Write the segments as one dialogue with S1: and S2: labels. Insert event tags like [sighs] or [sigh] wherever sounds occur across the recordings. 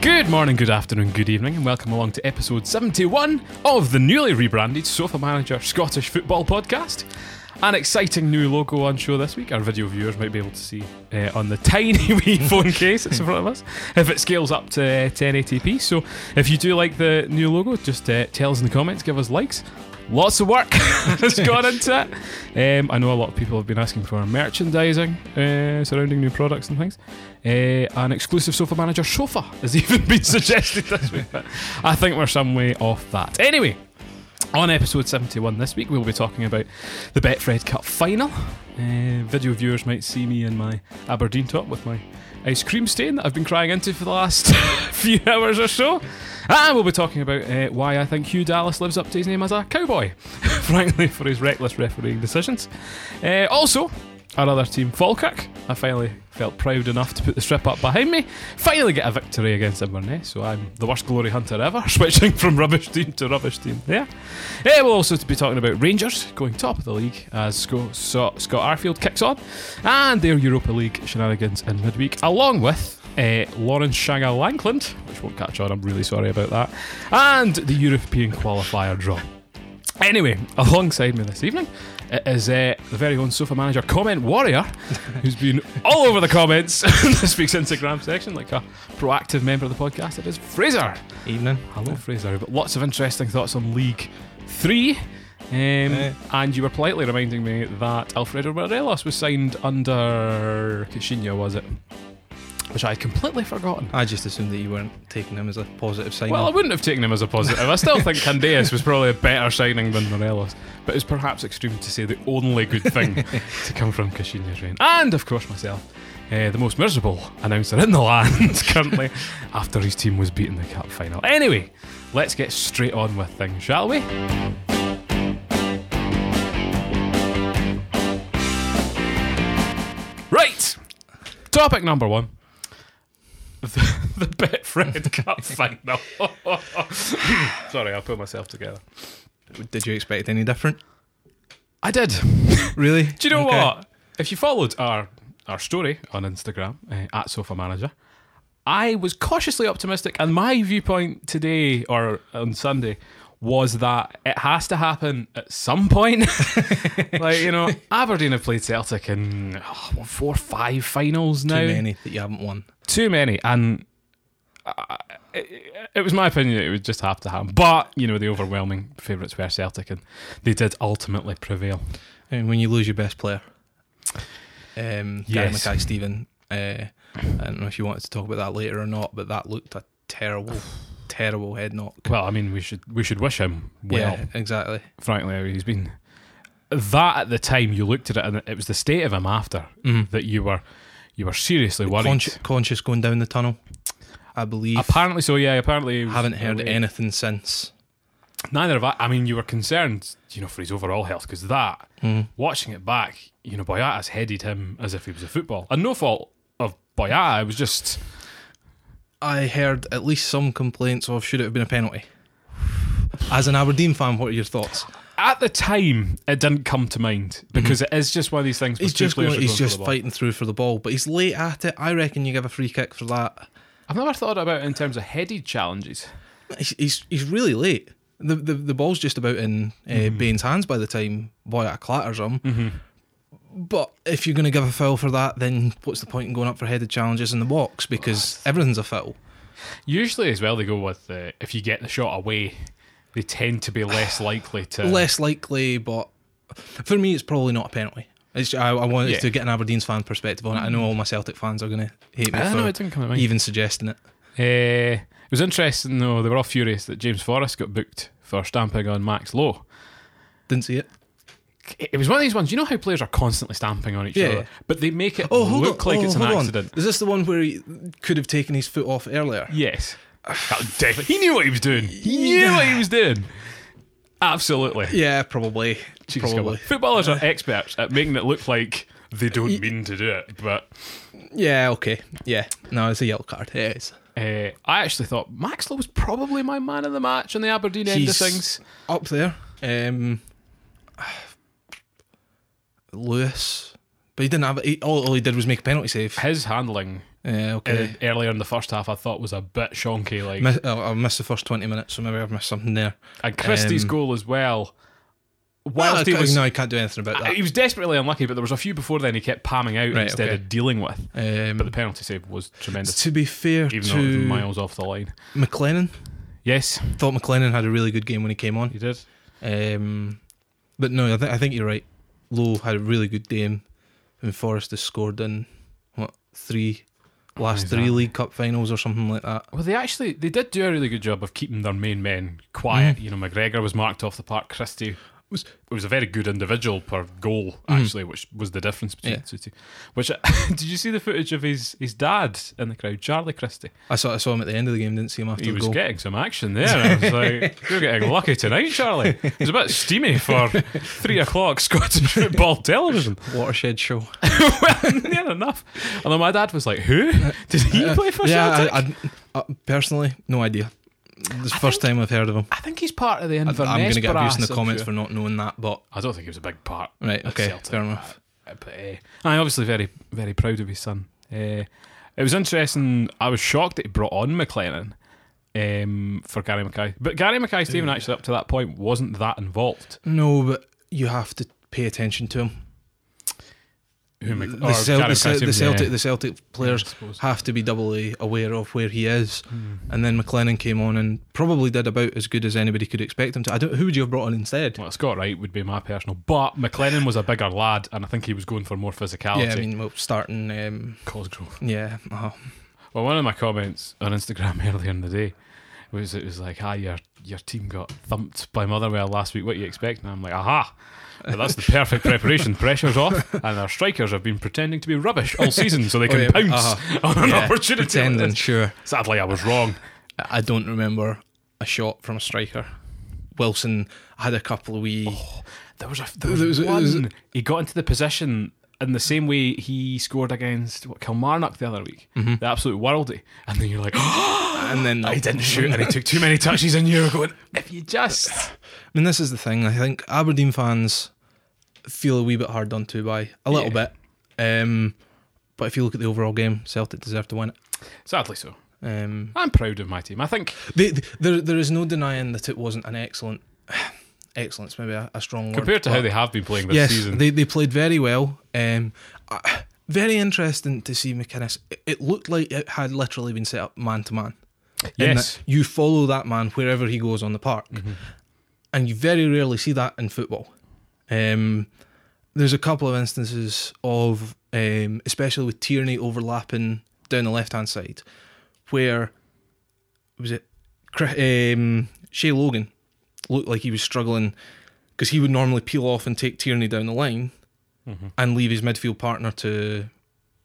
S1: Good morning, good afternoon, good evening, and welcome along to episode 71 of the newly rebranded Sofa Manager Scottish Football Podcast. An exciting new logo on show this week. Our video viewers might be able to see uh, on the [laughs] tiny wee phone case that's in front of us if it scales up to uh, 1080p. So if you do like the new logo, just uh, tell us in the comments, give us likes. Lots of work [laughs] has gone into it. Um, I know a lot of people have been asking for merchandising uh, surrounding new products and things. Uh, an exclusive sofa manager sofa has [laughs] even been suggested this week. But I think we're some way off that. Anyway, on episode 71 this week, we'll be talking about the Betfred Cup final. Uh, video viewers might see me in my Aberdeen top with my ice cream stain that I've been crying into for the last [laughs] few hours or so. And we'll be talking about uh, why I think Hugh Dallas lives up to his name as a cowboy, [laughs] frankly, for his reckless refereeing decisions. Uh, also, our other team, Falkirk, I finally felt proud enough to put the strip up behind me. Finally get a victory against Inverness, so I'm the worst glory hunter ever, [laughs] switching from rubbish team to rubbish team there. Yeah, we'll also be talking about Rangers going top of the league as Scott, Scott Arfield kicks on, and their Europa League shenanigans in midweek, along with uh, Lawrence Shaga Lankland, which won't catch on, I'm really sorry about that, and the European qualifier draw. Anyway, [laughs] alongside me this evening i- is uh, the very own sofa manager comment warrior, who's been all over the comments [laughs] in this week's Instagram section, like a proactive member of the podcast. It is Fraser.
S2: Evening.
S1: Hello, Fraser. But lots of interesting thoughts on League Three. Um,
S2: Eh.
S1: And you were politely reminding me that Alfredo Morelos was signed under Cachinha, was it? Which I had completely forgotten.
S2: I just assumed that you weren't taking him as a positive sign.
S1: Well, I wouldn't have taken him as a positive. I still think Candeas was probably a better signing than Morelos, but it's perhaps extreme to say the only good thing to come from Kashinya's reign. And, of course, myself, uh, the most miserable announcer in the land [laughs] currently after his team was beaten in the cup final. Anyway, let's get straight on with things, shall we? Right! Topic number one [laughs] the Betfred Cup final. [laughs] Sorry, I'll put myself together.
S2: Did you expect any different?
S1: I did.
S2: Really?
S1: Do you know
S2: Okay.
S1: what? If you followed our our story on Instagram uh, at Sofa Manager, I was cautiously optimistic, and my viewpoint today or on Sunday was that it has to happen at some point. [laughs] like you know, Aberdeen have played Celtic in oh, what, four, five finals now.
S2: Too many that you haven't won.
S1: too many, and uh, it, it was my opinion it would just have to happen. But you know, the overwhelming favourites were Celtic, and they did ultimately prevail.
S2: And when you lose your best player, um, Gary
S1: Yes.
S2: Mackay Stephen, uh, I don't know if you wanted to talk about that later or not, but that looked a terrible, terrible head knock.
S1: Well, I mean, we should we should wish him well.
S2: yeah, exactly.
S1: Frankly, how he's been that at the time you looked at it, and it was the state of him after that you were you were seriously worried.
S2: Consci- Mm. conscious going down the tunnel, I believe.
S1: apparently, so yeah. Apparently, he was
S2: haven't heard
S1: away.
S2: anything since.
S1: Neither have I. I mean, you were concerned, you know, for his overall health because that,
S2: Mm.
S1: watching it back, you know, Boyata's headed him as if he was a football. And no fault of Boyata, it was just,
S2: I heard at least some complaints of should it have been a penalty. As an Aberdeen fan, what are your thoughts?
S1: at the time, it didn't come to mind because it is just one of these things. where
S2: Mm-hmm. He's
S1: two
S2: just
S1: players
S2: going,
S1: are
S2: he's
S1: going for
S2: just
S1: the ball.
S2: fighting through for the ball, but he's late at it. I reckon you give a free kick for that.
S1: I've never thought about it in terms of headed challenges.
S2: He's he's, he's really late. The, the the ball's just about in uh,
S1: Mm-hmm.
S2: Bain's hands by the time Boyata clatters him. But if you're going to give a foul for that, then what's the point in going up for headed challenges in the box? Because everything's a foul.
S1: Usually, as well, they go with uh, if you get the shot away, they tend to be
S2: [sighs]
S1: less likely to.
S2: Less likely, but for me, it's probably not a penalty. It's, I, I wanted
S1: Yeah.
S2: to get an Aberdeen's fan perspective on it. I know all my Celtic fans are going to hate me
S1: I don't know,
S2: for
S1: it didn't come to mind.
S2: even suggesting it.
S1: Uh, it was interesting, though, they were all furious that James Forrest got booked for stamping on Max Lowe.
S2: Didn't see it.
S1: it was one of these ones. You know how players are constantly stamping on each
S2: Yeah.
S1: other, but they make it
S2: Oh, hold
S1: look
S2: on.
S1: like
S2: oh,
S1: it's an
S2: hold on.
S1: accident.
S2: Is this the one where he could have taken his foot off earlier? [sighs]
S1: Yes, That was definitely- He knew what he was doing. He knew what he was doing. Absolutely.
S2: [laughs] Yeah, probably.
S1: Jesus, come on.
S2: probably.
S1: Footballers are experts at making it look like they don't mean to do it. But
S2: Yeah, okay. Yeah. No, it's a yellow card. Yeah, it is.
S1: uh, I actually thought Max Lowe was probably my man of the match on the Aberdeen end of
S2: He's
S1: things.
S2: Up there. Um Lewis But he didn't have he, all, all he did was make a penalty save.
S1: His handling
S2: Yeah,
S1: uh,
S2: okay.
S1: earlier in the first half, I thought was a bit shonky. Like,
S2: Miss, oh, I, I missed the first 20 minutes, so maybe I've missed something there.
S1: and Christie's
S2: um,
S1: goal as well.
S2: Well,
S1: Whilst he was,
S2: no, you can't do anything about that.
S1: Uh, he was desperately unlucky, but there was a few before then he kept palming out
S2: Right,
S1: instead
S2: okay.
S1: of dealing with.
S2: Um,
S1: But the penalty save was tremendous,
S2: to be fair
S1: even though it was
S2: to
S1: miles off the line.
S2: McLennan,
S1: Yes,
S2: thought McLennan had a really good game when he came on.
S1: he did.
S2: Um, but no, I, th- I think you're right. Lowe had a really good game, and Forrest has scored in what three last three
S1: Exactly.
S2: League Cup finals or something like that.
S1: Well, they actually they did do a really good job of keeping their main men quiet. You know, McGregor was marked off the park. Christie Mm-hmm.
S2: Was-
S1: was Mm-hmm. was a very good individual per goal, actually, which was the difference between
S2: Yeah.
S1: the two. Which [laughs] did you see the footage of his his dad in the crowd, Charlie Christie?
S2: I saw I saw him at the end of the game. Didn't see him after
S1: He
S2: the
S1: was
S2: goal.
S1: getting some action there. I was
S2: [laughs]
S1: like, "You're getting lucky tonight, Charlie." It was a bit steamy for three o'clock Scottish
S2: [laughs]
S1: football television.
S2: Watershed show.
S1: well, near enough. And then my dad was like, "Who [laughs] did he play for?"
S2: yeah,
S1: Celtic?
S2: I, I, uh, personally, no idea. This is the first time I've heard of him.
S1: I think he's part of the
S2: I,
S1: Inverness
S2: am going to get abused in the
S1: brass, I'm
S2: comments
S1: sure.
S2: for not knowing that, but
S1: I don't think he was a big part.
S2: right,
S1: At
S2: okay,
S1: Celtic.
S2: fair enough.
S1: Uh, But uh, I'm obviously very, very proud of his son. Uh, it was interesting. I was shocked that he brought on McLennan um, for Gary Mackay. But Gary Mackay Stephen actually up to that point wasn't that involved.
S2: No, but you have to pay attention to him.
S1: Who Mc-
S2: the,
S1: or
S2: Cel-
S1: Gary
S2: the, Cel-
S1: Mackay Stephen,
S2: the Celtic,
S1: yeah.
S2: the Celtic
S1: I
S2: players
S1: suppose.
S2: have to be doubly aware of where he is.
S1: Hmm.
S2: And then McLennan came on and probably did about as good as anybody could expect him to. I don't. Who would you have brought on instead?
S1: Well, Scott Wright would be my personal, but McLennan was a bigger lad, and I think he was going for more physicality.
S2: yeah, I mean, well, starting. Um,
S1: Cosgrove.
S2: yeah, uh,
S1: Well, one of my comments on Instagram [laughs] earlier in the day was it was like, "Ah, your your team got thumped by Motherwell last week. What do you expect?" And I'm like, "Aha." But that's the perfect preparation. Pressure's off, and our strikers have been pretending to be rubbish all season
S2: [laughs]
S1: so they can
S2: yeah,
S1: pounce
S2: uh-huh.
S1: [laughs] on an [laughs]
S2: yeah,
S1: opportunity. like
S2: Pretending,
S1: this.
S2: sure.
S1: Sadly, I was wrong.
S2: I don't remember a shot from a striker. Wilson had a couple of wee.
S1: Oh, There was a there was,
S2: There was-
S1: one.
S2: there
S1: he got into the position in the same way he scored against what, Kilmarnock the other week,
S2: Mm-hmm.
S1: the absolute worldie. And then you're like, [gasps]
S2: and then
S1: he didn't shoot,
S2: [laughs]
S1: and he took too many touches, and you're going, if you
S2: [sighs]
S1: just.
S2: I mean, this is the thing. I think Aberdeen fans feel a wee bit hard done to by a little
S1: Yeah.
S2: bit. Um, but if you look at the overall game, Celtic deserve to win it.
S1: Sadly, so.
S2: Um,
S1: I'm proud of my team. I think
S2: they, they- there, there is no denying that it wasn't an excellent, [sighs] excellence maybe a, a strong word.
S1: compared to how
S2: but-
S1: they have been playing this
S2: yes,
S1: season,
S2: they they played very well. Um, I- very interesting to see McInnes. It, it looked like it had literally been set up man to man. in
S1: Yes.
S2: that you follow that man wherever he goes on the park, and you very rarely see that in football. Um, there's a couple of instances of, um, especially with Tierney overlapping down the left hand side, where was it? Cri- Um, Shea Logan looked like he was struggling because he would normally peel off and take Tierney down the line and leave his midfield partner to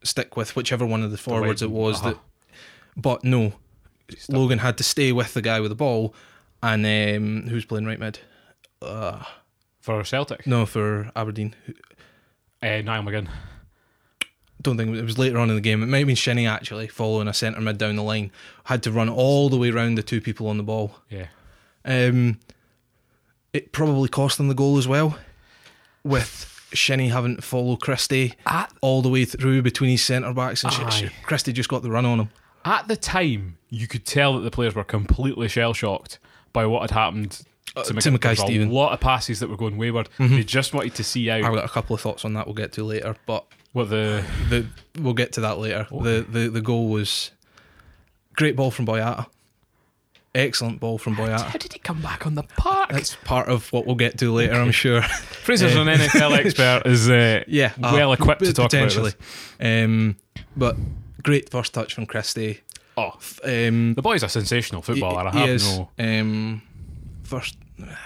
S2: stick with whichever one of the forwards it
S1: wide-
S2: was
S1: uh-huh.
S2: that. But no, Logan had to stay with the guy with the ball, and um, who's playing right mid? Uh,
S1: for Celtic,
S2: no, for Aberdeen. Who-
S1: eh, Niall McGinn.
S2: Don't think it was later on in the game. It might have been Shinny actually following a centre mid down the line. Had to run all the way round the two people on the ball.
S1: Yeah,
S2: Um, it probably cost them the goal as well, with Shinny having to follow Christie
S1: At-
S2: all the way through between his centre backs, and sh-
S1: Aye.
S2: sh- Christie just got the run on him.
S1: at the time, you could tell that the players were completely shell shocked by what had happened.
S2: Uh, to
S1: Mc-
S2: Mackay Mm-hmm.
S1: there was
S2: Stephen.
S1: a lot of passes that were going wayward. They just wanted to see out
S2: I've got a couple of thoughts on that. We'll get to later, but
S1: what the
S2: the we'll get to that later. The, the the goal was great ball from Boyata. Excellent ball from Boyata.
S1: [laughs] how did he come back on the park? Eh.
S2: That's part of what we'll get to later, I'm sure. [laughs]
S1: Fraser's an [laughs] NFL expert, is uh,
S2: yeah, uh,
S1: well equipped to
S2: p-
S1: talk about
S2: potentially.
S1: this.
S2: Um, but great first touch from Christie.
S1: Oh,
S2: F- Um,
S1: the boy's a sensational footballer. I
S2: he- he
S1: have
S2: is,
S1: no.
S2: um, first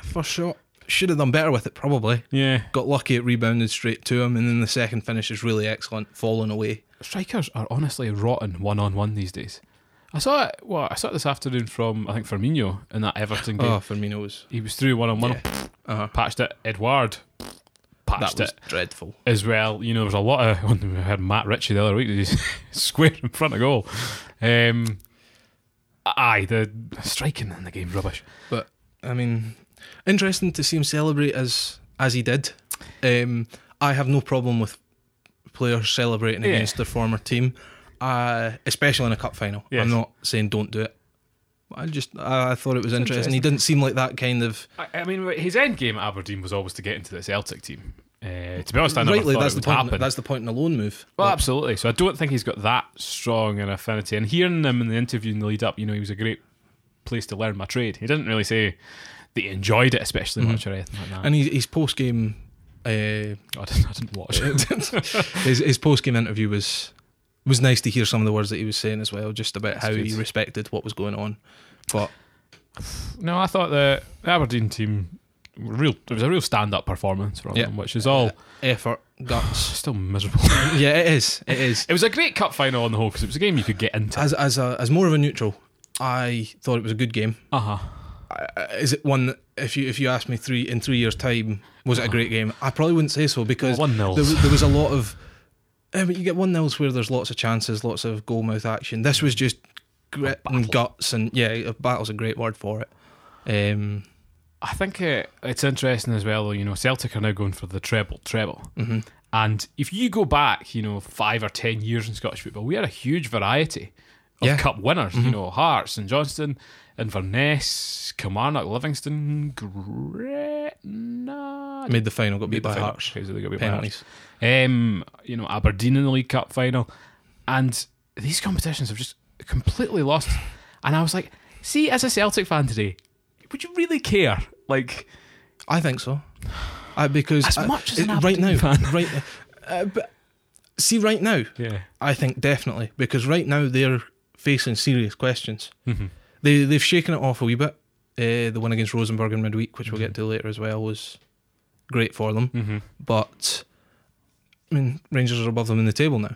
S2: first shot should have done better with it probably.
S1: Yeah,
S2: Got lucky, it rebounded straight to him, and then the second finish is really excellent, falling away.
S1: strikers are honestly rotten one on one these days. I saw it. Well, I saw it this afternoon from I think Firmino in that Everton game.
S2: Oh, Firmino's.
S1: He was through one on one,
S2: Uh-huh.
S1: patched it. Edward
S2: That
S1: patched
S2: was
S1: it
S2: dreadful.
S1: as well. You know, there's a lot of. [laughs] We had Matt Ritchie the other week. [laughs] He's square in front of goal. Um, aye, the striking in the game rubbish.
S2: But I mean, interesting to see him celebrate as as he did. Um, I have no problem with players celebrating
S1: Yeah.
S2: against their former team, uh, especially in a cup final.
S1: Yes.
S2: I'm not saying don't do it. But I just I I thought it was interesting.
S1: interesting.
S2: He didn't seem like that kind of.
S1: I, I mean, his end game at Aberdeen was always to get into the Celtic team. Uh, to be honest, I never
S2: rightly,
S1: thought
S2: that's
S1: it
S2: the
S1: would
S2: point.
S1: happen.
S2: That's the point in a loan move.
S1: Well,
S2: Like,
S1: absolutely. So I don't think he's got that strong an affinity. And hearing him in the interview in the lead up, you know, he was a great place to learn my trade. He didn't really say that he enjoyed it especially much or anything like that.
S2: Mm-hmm.
S1: Oh,
S2: and he, his post game, uh,
S1: I, didn't, I didn't watch
S2: [laughs]
S1: it. [laughs]
S2: his, his post game interview was was nice to hear some of the words that he was saying as well, just about how
S1: good.
S2: he respected what was going on. But
S1: no, I thought the Aberdeen team were real. It was a real stand up performance from
S2: Yeah.
S1: them, which is all
S2: effort, guts.
S1: still miserable. [laughs]
S2: yeah, it is. It is.
S1: it was a great cup final on the whole because it was a game you could get into.
S2: As as a, as more of a neutral, I thought it was a good game.
S1: Uh huh.
S2: I- I- Is it one that if you if you asked me three in three years' time was it a great game? I probably wouldn't say so because
S1: One nil.
S2: there, was- there was a lot of. I mean, you get one nils where there's lots of chances, lots of goal mouth action. This was just grit and guts, and yeah, a battle's a great word for it. Um,
S1: I think uh it's interesting as well. You know, Celtic are now going for the treble, treble.
S2: Mm-hmm.
S1: And if you go back, you know, five or ten years in Scottish football, we had a huge variety of
S2: Yeah. Mm-hmm.
S1: cup winners. You know, Hearts and Johnston, Inverness, Kilmarnock, Livingston, Gretna.
S2: made the final, got beat
S1: Made the
S2: by
S1: final.
S2: Hearts.
S1: Crazy they got beat by Hearts.
S2: Penalties.
S1: Um, you know, Aberdeen in the League Cup final. And these competitions have just completely lost. And I was like, see, as a Celtic fan today, would you really care? Like,
S2: I think so, I, because
S1: As
S2: I-
S1: much as
S2: Uh, it-
S1: an
S2: right now,
S1: Aberdeen fan.
S2: right, uh, but see, right now,
S1: yeah.
S2: I think definitely because right now they're facing serious questions.
S1: Mm-hmm.
S2: They they've shaken it off a wee bit. Uh, the win against Rosenborg in midweek, which we'll get to later as well, was great for them.
S1: Mm-hmm.
S2: But I mean, Rangers are above them in the table now.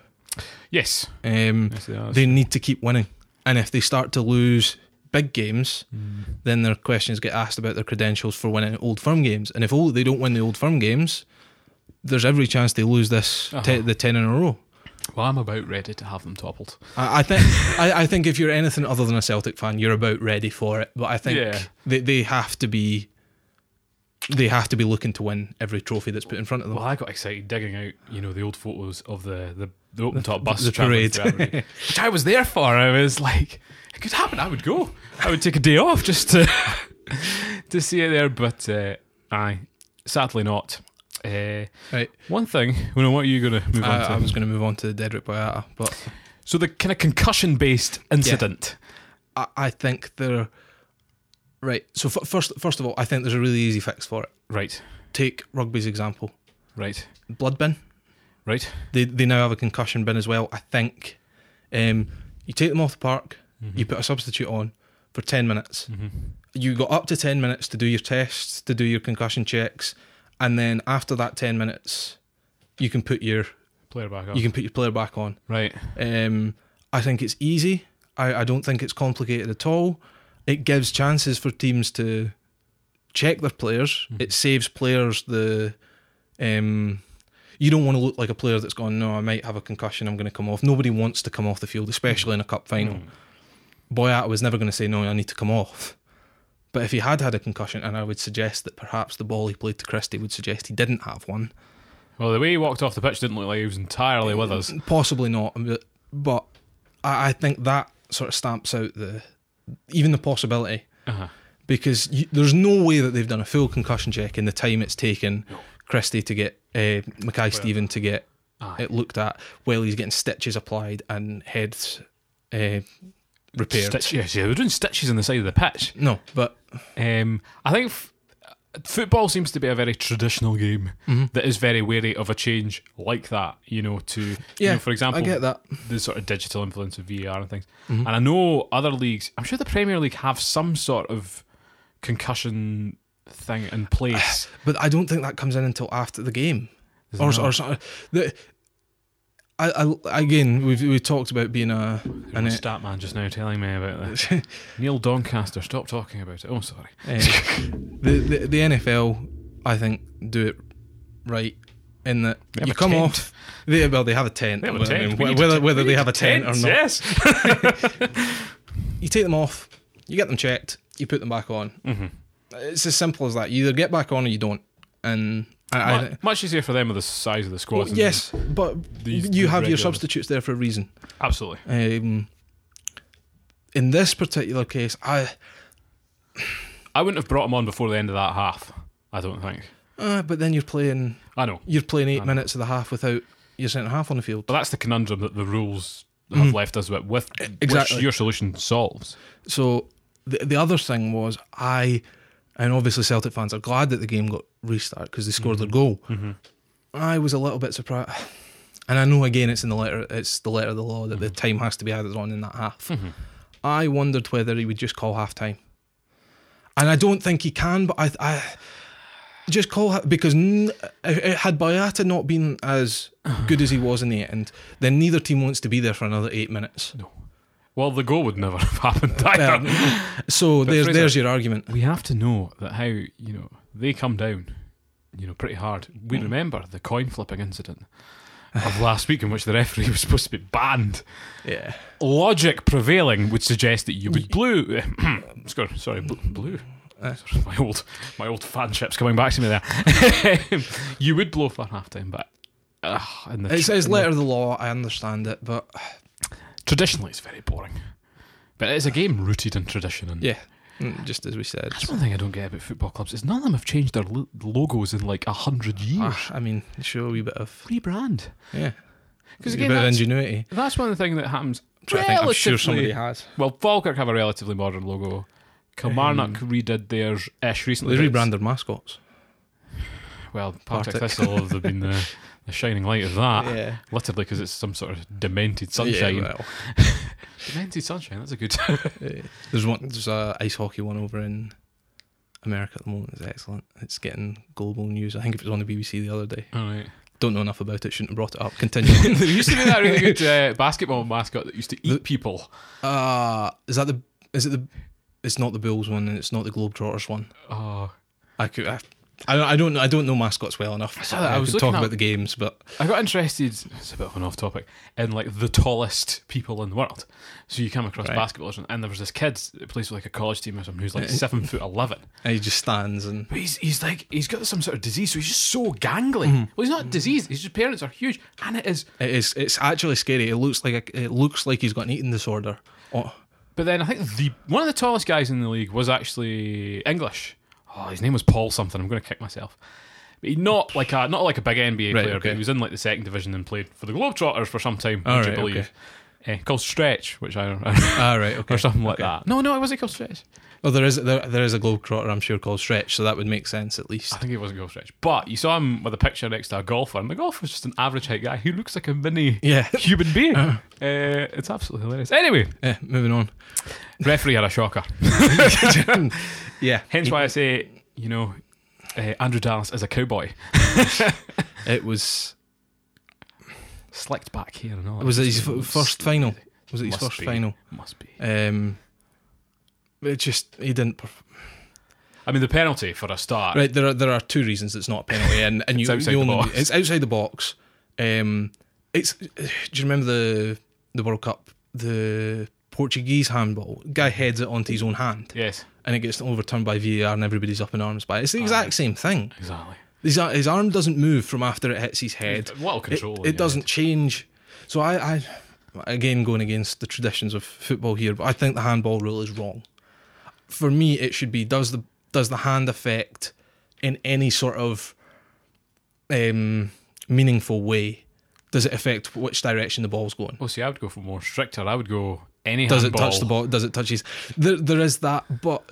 S1: Yes.
S2: Um,
S1: Yes, they are.
S2: they need to keep winning, and if they start to lose big games,
S1: Mm.
S2: then their questions get asked about their credentials for winning Old Firm games. And if oh, they don't win the Old Firm games, there's every chance they lose this te-
S1: Uh-huh.
S2: the ten in a row.
S1: Well, I'm about ready to have them toppled.
S2: I, I think [laughs] I, I think if you're anything other than a Celtic fan, you're about ready for it. But I think
S1: Yeah.
S2: they, they have to be they have to be looking to win every trophy that's put in front of them.
S1: Well, I got excited digging out, you know, the old photos of the the, the open top bus
S2: the
S1: travelling
S2: parade.
S1: through [laughs] Aberdeen, which I was there for. I was like, it could happen. I would go. I would take a day off just to [laughs] to see it there. But uh, aye, sadly not. Uh,
S2: Right.
S1: one thing. Well, no, what are you going to move on
S2: I,
S1: to?
S2: I was going to move on to the Dedrick Boyata, but
S1: so the kind of concussion based incident.
S2: I, I think they're right. So f- first first of all, I think there's a really easy fix for it.
S1: Right.
S2: Take rugby's example,
S1: Right.
S2: blood bin.
S1: Right.
S2: They they now have a concussion bin as well. I think um, you take them off the park, you put a substitute on for ten minutes.
S1: Mm-hmm.
S2: you got up to 10 minutes to do your tests, to do your concussion checks, and then after that 10 minutes, you can put your
S1: Player back up.
S2: you can put your player back on.
S1: right.
S2: Um, I think it's easy. I, I don't think it's complicated at all. It gives chances for teams to check their players. It saves players the. Um, you don't want to look like a player that's gone. No, I might have a concussion. I'm going to come off. Nobody wants to come off the field, especially in a cup final.
S1: Mm.
S2: Boyata was never going to say no. I need to come off. But if he had had a concussion, and I would suggest that perhaps the ball he played to Christie would suggest he didn't have one.
S1: Well, the way he walked off the pitch didn't look like he was entirely with us.
S2: Possibly not, but- but I, I think that sort of stamps out the even the possibility
S1: Uh-huh.
S2: because you, there's no way that they've done a full concussion check in the time it's taken Christie to get uh, Mackay Stephen to get
S1: Aye.
S2: Ah, it looked at while he's getting stitches applied and heads uh, repaired.
S1: Stitch, yes, yeah, they're doing stitches on the side of the pitch.
S2: No, but
S1: Um, I think f- football seems to be a very traditional game
S2: Mm-hmm.
S1: that is very wary of a change like that. You know, to you
S2: yeah,
S1: know, for example,
S2: I get that. Mm-hmm.
S1: the sort of digital influence of VAR and things. And I know other leagues. I'm sure the Premier League have some sort of concussion thing in
S2: [sighs]
S1: place.
S2: But I don't think that comes in until after the game,
S1: Does it
S2: or
S1: not?
S2: or so- the. I, I, again, we've we talked about being a
S1: There
S2: an,
S1: was a stat man just now telling me about
S2: [laughs]
S1: this. Neil Doncaster, stop talking about it. Oh, sorry.
S2: Uh, the, the the NFL, I think, do it right in that
S1: They have
S2: you
S1: a
S2: come
S1: tent.
S2: off. They, well, they have a tent.
S1: They have a
S2: well, I
S1: tent.
S2: mean,
S1: We
S2: wh-
S1: need a
S2: whether
S1: tent.
S2: whether
S1: We
S2: they
S1: need
S2: have a tent
S1: tent,
S2: or not,
S1: Yes.
S2: you take them off, you get them
S1: Mm-hmm.
S2: checked, you put them back on. It's as simple as that. You either get back on or you don't, and I, I,
S1: Mu- much easier for them with the size of the squad.
S2: well,
S1: than-
S2: yes, but
S1: These
S2: you have your
S1: regulars.
S2: substitutes there for a reason.
S1: absolutely.
S2: Um, in this particular case, I
S1: I wouldn't have brought him on before the end of that half. I don't think.
S2: uh, but then you're playing
S1: I know,
S2: you're playing eight
S1: I know.
S2: minutes of the half without your centre half on the field.
S1: but that's the conundrum that the rules have left us with, with
S2: Hmm. E, exactly.
S1: which your solution solves.
S2: So the the other thing was I, and obviously Celtic fans are glad that the game got restart because they scored their goal. I was a little bit surprised, [sighs] and I know again it's in the letter it's the letter of the law that the time has to be added on in that half. I wondered whether he would just call half time, and I don't think he can. But I I just call ha- because n- if- if- had Boyata not been as good as he was in the end, then neither team wants to be there for another eight minutes.
S1: Well, the goal would never [laughs] have happened either.
S2: Um, so there's
S1: Fraser-
S2: there's your argument.
S1: we have to know that how you know they come down, you know, pretty hard.
S2: Hmm.
S1: We remember the coin flipping incident of last week in which the referee [laughs] was supposed to be banned.
S2: Yeah.
S1: Logic prevailing would suggest that you would blue. [clears throat] sorry, sorry, bl- blue.
S2: Uh.
S1: Sorry, my old my old fanship's coming back to me there. [laughs] you would blow for half time, but. Uh, in the
S2: It
S1: tr-
S2: says
S1: in the-
S2: letter of the law, I understand it, but
S1: Traditionally, it's very boring, but it's a game rooted in tradition. And
S2: yeah, mm, just as we said.
S1: That's one thing I don't get about football clubs is none of them have changed their lo- logos in like a hundred years.
S2: Ah, I mean, sure, a wee bit of
S1: Rebrand.
S2: yeah,
S1: 'Cause
S2: a
S1: again,
S2: bit of
S1: that's-
S2: ingenuity.
S1: That's one of the thing that happens.
S2: Which I think I'm sure somebody
S1: relatively-
S2: has.
S1: Well, Falkirk have a relatively modern logo. Kilmarnock redid theirs ish
S2: Um, They
S1: recently. but it's-
S2: rebranded mascots.
S1: Well, Partick
S2: Partick.
S1: Thistle have been the,
S2: [laughs]
S1: the shining light of that.
S2: yeah,
S1: Literally, because it's some sort of demented sunshine.
S2: Yeah, well,
S1: Demented sunshine. That's a good. [laughs]
S2: yeah. There's one. There's a ice hockey one over in America at the moment. It's excellent. It's getting global news. I think if it was on the BBC the other day.
S1: All
S2: [laughs]
S1: right.
S2: Don't know enough about it. Shouldn't have brought it up. Continue.
S1: there [laughs] used to be that really good uh, basketball mascot that used to eat people.
S2: uh, is that the? Is it the? It's not the Bulls one, and it's not the Globetrotters one.
S1: Oh,
S2: I could. I, I don't. I don't. know- I don't know mascots well enough. I,
S1: saw that, I was
S2: could
S1: looking
S2: talk
S1: up-
S2: about the games, but
S1: I got interested. It's a bit of an off-topic. In like the tallest people in the world, so you come across
S2: Right.
S1: basketballers, and, and there was this kid that plays for like a college team or something who's
S2: [laughs]
S1: like seven foot eleven.
S2: he just stands and
S1: But he's he's like he's got some sort of disease, so he's just so gangly.
S2: Mm-hmm.
S1: Well, he's not diseased. His parents are huge, and it is.
S2: it is. It's actually scary. It looks like a, it looks like he's got an eating disorder. Oh,
S1: But then I think the one of the tallest guys in the league was actually English. Oh, his name was Paul something. I'm going to kick myself. But he not like a not like a big NBA
S2: Right,
S1: player, but
S2: okay.
S1: he was in like the second division and played for the Globetrotters for some time.
S2: All
S1: would you
S2: right,
S1: believe? Eh, called Stretch, which I, [laughs] I
S2: all Ah, right. Okay.
S1: or something like that. No, no, it wasn't called Stretch.
S2: Well, there is there, there is a globetrotter. I'm sure called Stretch, so that would make sense at least.
S1: I think it wasn't called Stretch. But you saw him with a picture next to a golfer, and the golfer's just an average height guy who looks like a mini
S2: Yeah. [laughs]
S1: human being. Uh, it's absolutely hilarious. Anyway,
S2: yeah.
S1: [laughs]
S2: Moving on.
S1: referee had a shocker.
S2: Yeah.
S1: Hence why I say, you know, uh, Andrew Dallas is a cowboy.
S2: It was.
S1: Slicked back here and all.
S2: It was
S1: that.
S2: his f- first final. Was it his
S1: Must
S2: first
S1: be.
S2: final?
S1: Must be.
S2: Um. It just he didn't. Perf-
S1: I mean, the penalty for a start.
S2: Right, there are there are two reasons it's not a penalty, and and you,
S1: [laughs] It's outside
S2: you
S1: the
S2: only-
S1: box.
S2: it's outside the box. Um, it's do you remember the the World Cup the Portuguese handball guy heads it onto his own hand
S1: Yes,
S2: and it gets overturned by VAR and everybody's up in arms by it. It's the exact same thing.
S1: exactly.
S2: His, his arm doesn't move from after it hits his head.
S1: Little
S2: It,
S1: control. in the
S2: it
S1: end.
S2: doesn't change. So I, I again going against the traditions of football here, but I think the handball rule is wrong. For me, it should be does the does the hand affect in any sort of um, meaningful way? Does it affect which direction the ball's going?
S1: Well, see, I would go for more stricter. I would go any.
S2: Does it
S1: handball.
S2: touch the ball? Does it touch his? There, there is that, but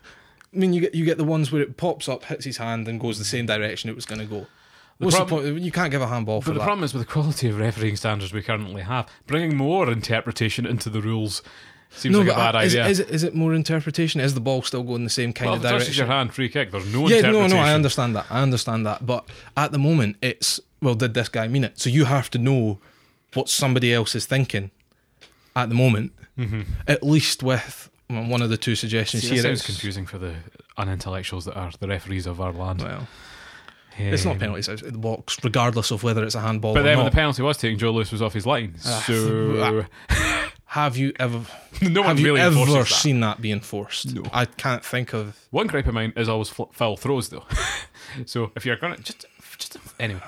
S2: I mean, you get you get the ones where it pops up, hits his hand, and goes the same direction it was going to go. What's
S1: prob-
S2: the point? You can't give a handball for
S1: But the
S2: that.
S1: problem is with the quality of refereeing standards we currently have, bringing more interpretation into the rules seems like a
S2: but
S1: bad
S2: is,
S1: idea.
S2: Is, it- is it more interpretation? Is the ball still going the same kind
S1: well,
S2: of
S1: if it touches your
S2: direction?
S1: hand, free kick. There's no
S2: Yeah, no,
S1: interpretation.
S2: no, I understand that. I understand that. But at the moment, it's well, did this guy mean it? So you have to know what somebody else is thinking at the moment, at least with well, one of the two suggestions
S1: Mm-hmm. See,
S2: here.
S1: that sounds
S2: it's-
S1: confusing for the unintellectuals that are the referees of our land.
S2: Well, it's not
S1: Um,
S2: penalties outside the box, regardless of whether it's a handball
S1: But
S2: or
S1: then when
S2: not. Ah,
S1: the penalty was taken, Joe Lewis was off his line.
S2: [laughs]
S1: So
S2: have you ever
S1: no one
S2: have you
S1: really enforces
S2: ever
S1: that.
S2: seen that being enforced?
S1: No.
S2: I can't think of.
S1: [laughs] One gripe of mine is always fl- foul throws, though. so if you're gonna just just Anyway,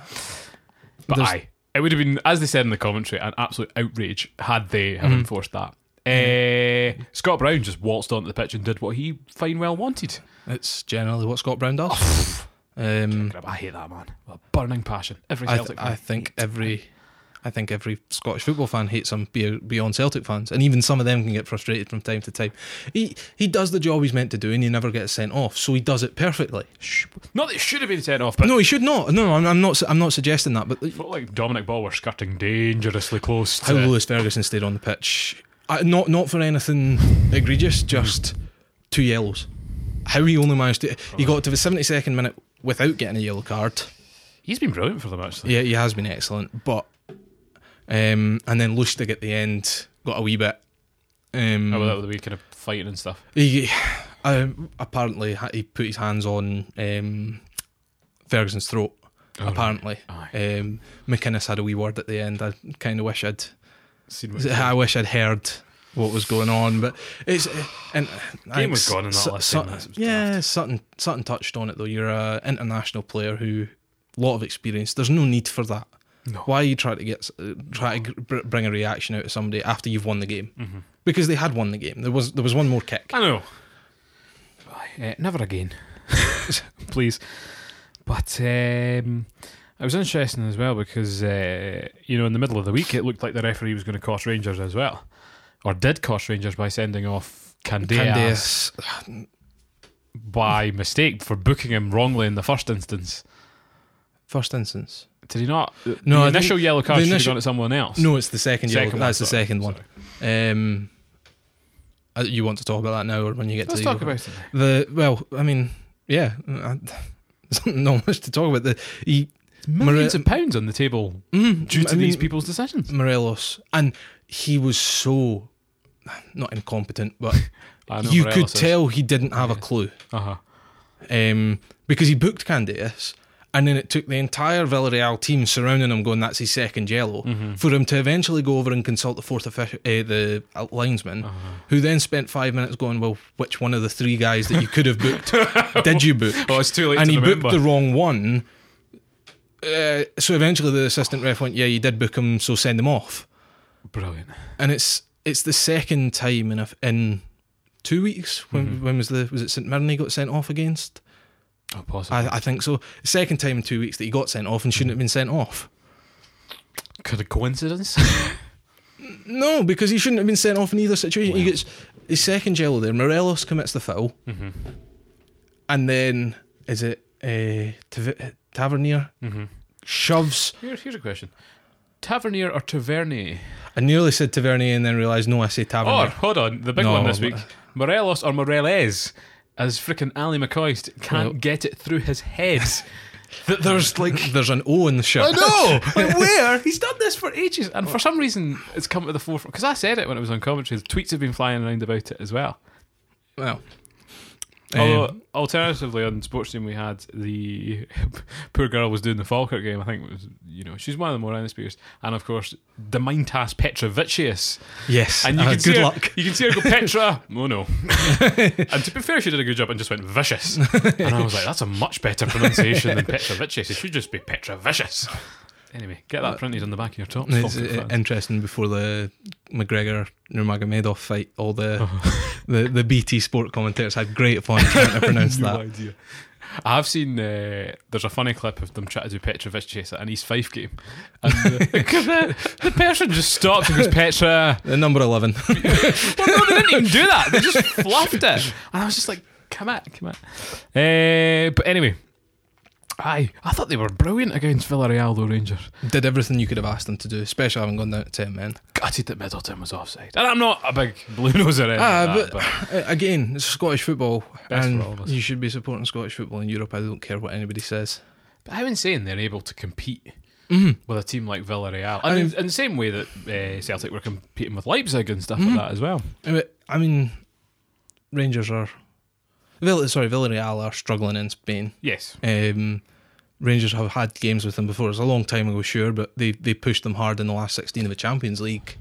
S1: but
S2: There's-
S1: aye, it would have been as they said in the commentary, an absolute outrage had they have
S2: Mm-hmm.
S1: enforced that. Eh, Scott Brown just waltzed onto the pitch and did what he fine well wanted.
S2: It's generally what Scott Brown does.
S1: Oh.
S2: um,
S1: Grab- I hate that man with a burning passion. Every
S2: I, th-
S1: Celtic,
S2: I
S1: fan.
S2: think every, I think every Scottish football fan hates him be- beyond Celtic fans, and even some of them can get frustrated from time to time. He he does the job he's meant to do, and he never gets sent off, so he does it perfectly.
S1: Sh- not that it should have been sent off, but
S2: No, he should not. No, I'm, I'm not. su- I'm not suggesting that. But
S1: felt like Dominic Ball were skirting dangerously close.
S2: how
S1: To,
S2: Lewis Ferguson stayed on the pitch, I, not not for anything egregious, just two yellows. How he only managed to, he got to the 72nd minute without getting a yellow card.
S1: he's been brilliant for them actually.
S2: Yeah, he has been excellent, but um, and then Lustig at the end got a wee bit. Um,
S1: Oh, well, that was the wee kind of fighting and stuff.
S2: he [sighs] um, apparently ha- he put his hands on um, Ferguson's throat.
S1: Oh,
S2: apparently,
S1: right.
S2: um, McInnes had a wee word at the end. I kind of wish I'd,
S1: Seen what-
S2: I wish I'd heard what was going on, but it's and uh, I
S1: Game was
S2: think
S1: gone in that
S2: Sut-
S1: last
S2: Sut-
S1: 10 minutes. It was
S2: yeah, Sutton Sutton touched on it though. You're an international player who lot of experience. There's no need for that.
S1: No.
S2: Why are you trying to get uh, try to gr- bring a reaction out of somebody after you've won the game?
S1: Mm-hmm.
S2: Because they had won the game. There was there was one more kick.
S1: I know. Uh, never again, please. But um, it was interesting as well because uh, you know in the middle of the week it looked like the referee was going to cost Rangers as well, or did cost Rangers by sending off Candeas
S2: Candace,
S1: by mistake for booking him wrongly in the first instance.
S2: first instance.
S1: Did he not?
S2: No,
S1: the
S2: I
S1: initial
S2: think
S1: yellow card
S2: the
S1: should have
S2: initial-
S1: gone to someone else.
S2: No, it's the second. yellow-
S1: Second one,
S2: that's the
S1: sorry,
S2: second one. Um, uh, you want to talk about that now, or when you get
S1: Let's
S2: to
S1: talk
S2: the,
S1: about it.
S2: the well? I mean, yeah, I, [laughs] there's not much to talk about. The he,
S1: Millions of pounds on the table
S2: mm,
S1: due
S2: I
S1: to these
S2: mean,
S1: people's decisions.
S2: Morelos, and he was so not incompetent, but
S1: [laughs] I know
S2: you
S1: Morelos
S2: could
S1: is.
S2: tell he didn't have a clue.
S1: Uh-huh.
S2: um, because he booked Candias, and then it took the entire Villarreal team surrounding him going, "That's his second yellow,"
S1: Mm-hmm.
S2: for him to eventually go over and consult the fourth official, uh, the linesman,
S1: Uh-huh.
S2: who then spent five minutes going, "Well, which one of the three guys that you could have booked [laughs] did
S1: [laughs]
S2: you book?"
S1: Oh, it's too late
S2: and
S1: to
S2: he
S1: remember.
S2: booked the wrong one. Uh, so eventually, the assistant ref went, "Yeah, you did book him, so send him off."
S1: Brilliant.
S2: And it's it's the second time in a, in two weeks. When
S1: Mm-hmm.
S2: when was the was it St Mirren he got sent off against?
S1: Oh, possibly.
S2: I, I think so. Second time in two weeks that he got sent off and shouldn't have been sent off.
S1: Could a [laughs] coincidence?
S2: No, because he shouldn't have been sent off in either situation. He gets his second yellow there. Morelos commits the foul, and then is it uh, Tav- Tavernier shoves?
S1: Here's, here's a question. Tavernier or Tavernier?
S2: I nearly said Tavernier and then realised no, I say
S1: Or,
S2: Tavernier.
S1: Oh, hold on, the big
S2: No,
S1: one this
S2: but-
S1: week. Morelos or Moreles? As frickin' Ali McCoy st- can't
S2: Well-
S1: get it through his [laughs] head.
S2: Th- there's like there's an O in the shirt.
S1: [laughs] like where? He's done this for ages. And for some reason, it's come to the forefront. Because I said it when it was on commentary. The tweets have been flying around about it as well.
S2: [laughs] Well,
S1: Although,
S2: um,
S1: alternatively, on sports team, we had the [laughs] poor girl was doing the Falkirk game. I think it was, you know, she's one of the more honest players, and of course, the Mintas Petrovicius.
S2: yes,
S1: And you
S2: uh,
S1: can see
S2: good
S1: her,
S2: luck.
S1: You can see her go
S2: [laughs]
S1: Petra. oh no! and to be fair, she did a good job and just went vicious. And I was like, that's a much better pronunciation than Petrovicius. It should just be Petrovicius. Anyway, get
S2: Uh,
S1: that printed on the back of your top.
S2: It's uh, interesting before the McGregor Nurmagomedov fight, all the,
S1: Uh-huh.
S2: [laughs] the the BT Sport commentators had great fun trying
S1: [laughs]
S2: to pronounce that.
S1: idea. I've seen uh, there's a funny clip of them trying to do Petrovic chase at an East Fife game, and the, [laughs] the, the person just stops and goes Petra.
S2: The number eleven. [laughs]
S1: Well, no, they didn't even do that. They [laughs] just fluffed it, and I was just like, "Come at, come at." Uh, but anyway, I I thought they were brilliant against Villarreal though. Rangers
S2: Did everything you could have asked them to do, especially having gone down to ten men.
S1: gutted that Middleton was offside, and I'm not a big blue nose or anything.
S2: Ah,
S1: like that,
S2: but-
S1: but
S2: Uh, again, it's Scottish football,
S1: Best for
S2: and
S1: all of us.
S2: you should be supporting Scottish football in Europe. I don't care what anybody says.
S1: But how insane they're able to compete
S2: Mm-hmm.
S1: with a team like Villarreal.
S2: I
S1: And in,
S2: mean-
S1: in the same way that uh, Celtic were competing with Leipzig and stuff
S2: Mm-hmm.
S1: like that as well.
S2: I mean- I mean, Rangers are, Vill- sorry, Villarreal are struggling in Spain.
S1: Yes.
S2: Um, Rangers have had games with them before. It's a long time ago, sure, but they, they pushed them hard in the last 16 of the Champions League.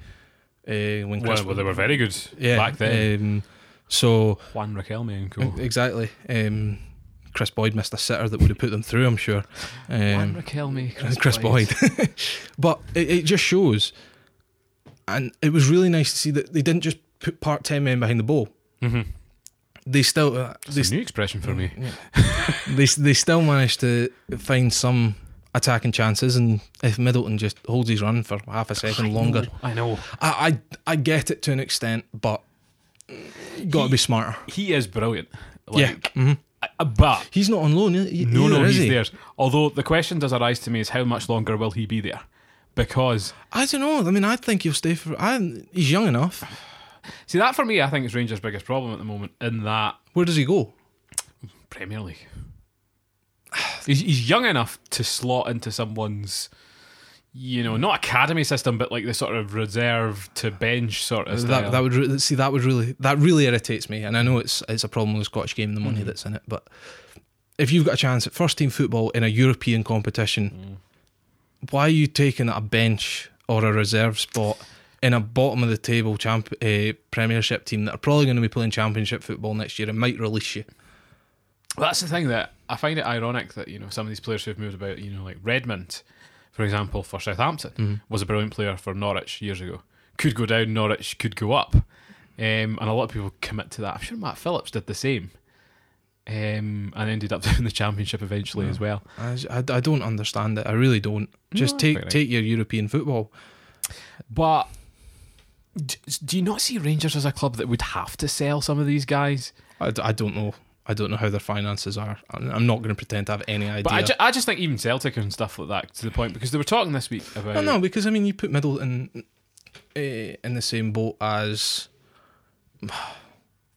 S2: Uh, when Chris,
S1: Well, well, they were very good
S2: yeah,
S1: back then. Oh.
S2: Um, so
S1: Juan Riquelme and co.
S2: exactly, um, Chris Boyd missed a sitter that would have put them through, I'm sure. Um,
S1: Raquel May,
S2: Chris, Boyd. [laughs] but it, it just shows, and it was really nice to see that they didn't just put part time men behind the ball.
S1: [laughs]
S2: [laughs]
S1: Mhm.
S2: They still uh, they,
S1: It's a new expression for me.
S2: [laughs] they they still managed to find some attacking chances, and if Middleton just holds his run for half a second longer,
S1: I know.
S2: I, I I get it to an extent, but you got to be smarter.
S1: He is brilliant.
S2: yeah,
S1: Like,
S2: mhm.
S1: yeah. But
S2: he's not on loan. e-
S1: no,
S2: either,
S1: no,
S2: is
S1: he's
S2: he?
S1: theirs. Although the question does arise to me is how much longer will he be there? Because
S2: I don't know. I mean, I think he'll stay for. I he's young enough.
S1: see that for me, I think is Rangers' biggest problem at the moment. In that
S2: Where does he go?
S1: Premier League. he's, he's young enough to slot into someone's, you know, not academy system, but like the sort of reserve to bench sort of style.
S2: That, that would re- see that would really that really irritates me, and I know it's it's a problem with the Scottish game, the
S1: Mm-hmm.
S2: money that's in it. But if you've got a chance at first team football in a European competition,
S1: Mm.
S2: why are you taking a bench or a reserve spot in a bottom of the table champ uh, Premiership team that are probably going to be playing Championship football next year and might release you?
S1: Well, that's the thing that I find it ironic that you know some of these players who've moved about, you know, like Redmond, for example, for Southampton,
S2: Mm-hmm.
S1: was a brilliant player for Norwich years ago. Could go down, Norwich could go up, um, and a lot of people commit to that. I'm sure Matt Phillips did the same, um, and ended up [laughs] doing the championship eventually as well.
S2: I, j- I- I don't understand it. I really don't. Just
S1: No, I
S2: take
S1: quite like-
S2: take your European football.
S1: But d- do you not see Rangers as a club that would have to sell some of these guys?
S2: I, d- I don't know. I don't know how their finances are. I'm I'm not going to pretend to have any idea.
S1: But I, ju- I just think even Celtic and stuff like that to the point because they were talking this week about
S2: No, no, because I mean, you put Middleton uh, in the same boat as. [sighs]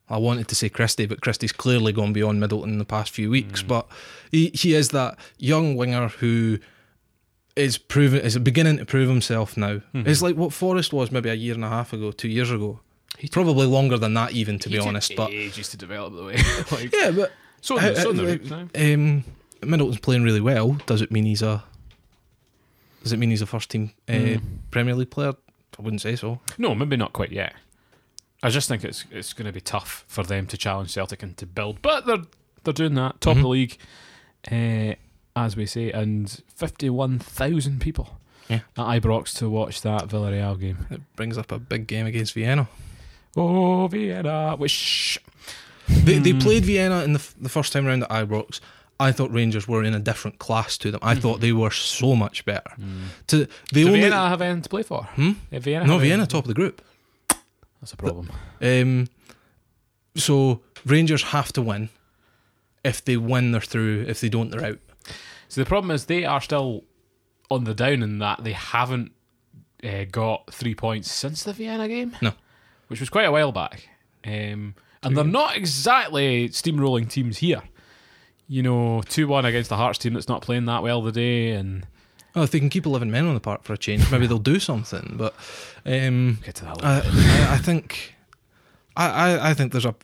S2: I wanted to say Christie, but Christie's clearly gone beyond Middleton in the past few
S1: Mm.
S2: weeks. But he, he is that young winger who is proven is beginning to prove himself now.
S1: Mm-hmm.
S2: It's like what Forrest was maybe a year and a half ago, two years ago. Probably longer than that, even to
S1: He
S2: be
S1: took
S2: honest. But
S1: ages to develop the way. [laughs] like,
S2: yeah, but
S1: So
S2: How-
S1: the, so the
S2: uh,
S1: roots now.
S2: um, Middleton's playing really well. Does it mean he's a? Does it mean he's a first team uh, Premier League player? I wouldn't say so.
S1: No, maybe not quite yet. I just think it's it's going to be tough for them to challenge Celtic and to build, but they're they're doing that
S2: Mm-hmm.
S1: top of the league, uh, as we say, and fifty one thousand people
S2: Yeah.
S1: at Ibrox to watch that Villarreal game.
S2: It brings up a big game against Vienna.
S1: Oh Vienna, which
S2: They, they played Vienna in the, f- the first time round at Ibrox. I thought Rangers were in a different class to them. I thought they were so much better. To they
S1: do
S2: only
S1: Vienna have anything to play for?
S2: Hmm?
S1: Yeah, Vienna,
S2: no
S1: have
S2: Vienna
S1: anything-
S2: top of the group.
S1: That's a problem.
S2: Um, so Rangers have to win. If they win, they're through. If they don't, they're out.
S1: So the problem is they are still on the down in that they haven't uh, got three points since the Vienna game.
S2: No.
S1: which was quite a while back. Um, and they're not exactly steamrolling teams here. You know, two one against the Hearts team that's not playing that well today, and
S2: Oh, if they can keep eleven men on the park for a change, maybe they'll do something. But um,
S1: get to that. later.
S2: I, I, I think I, I, I think there's a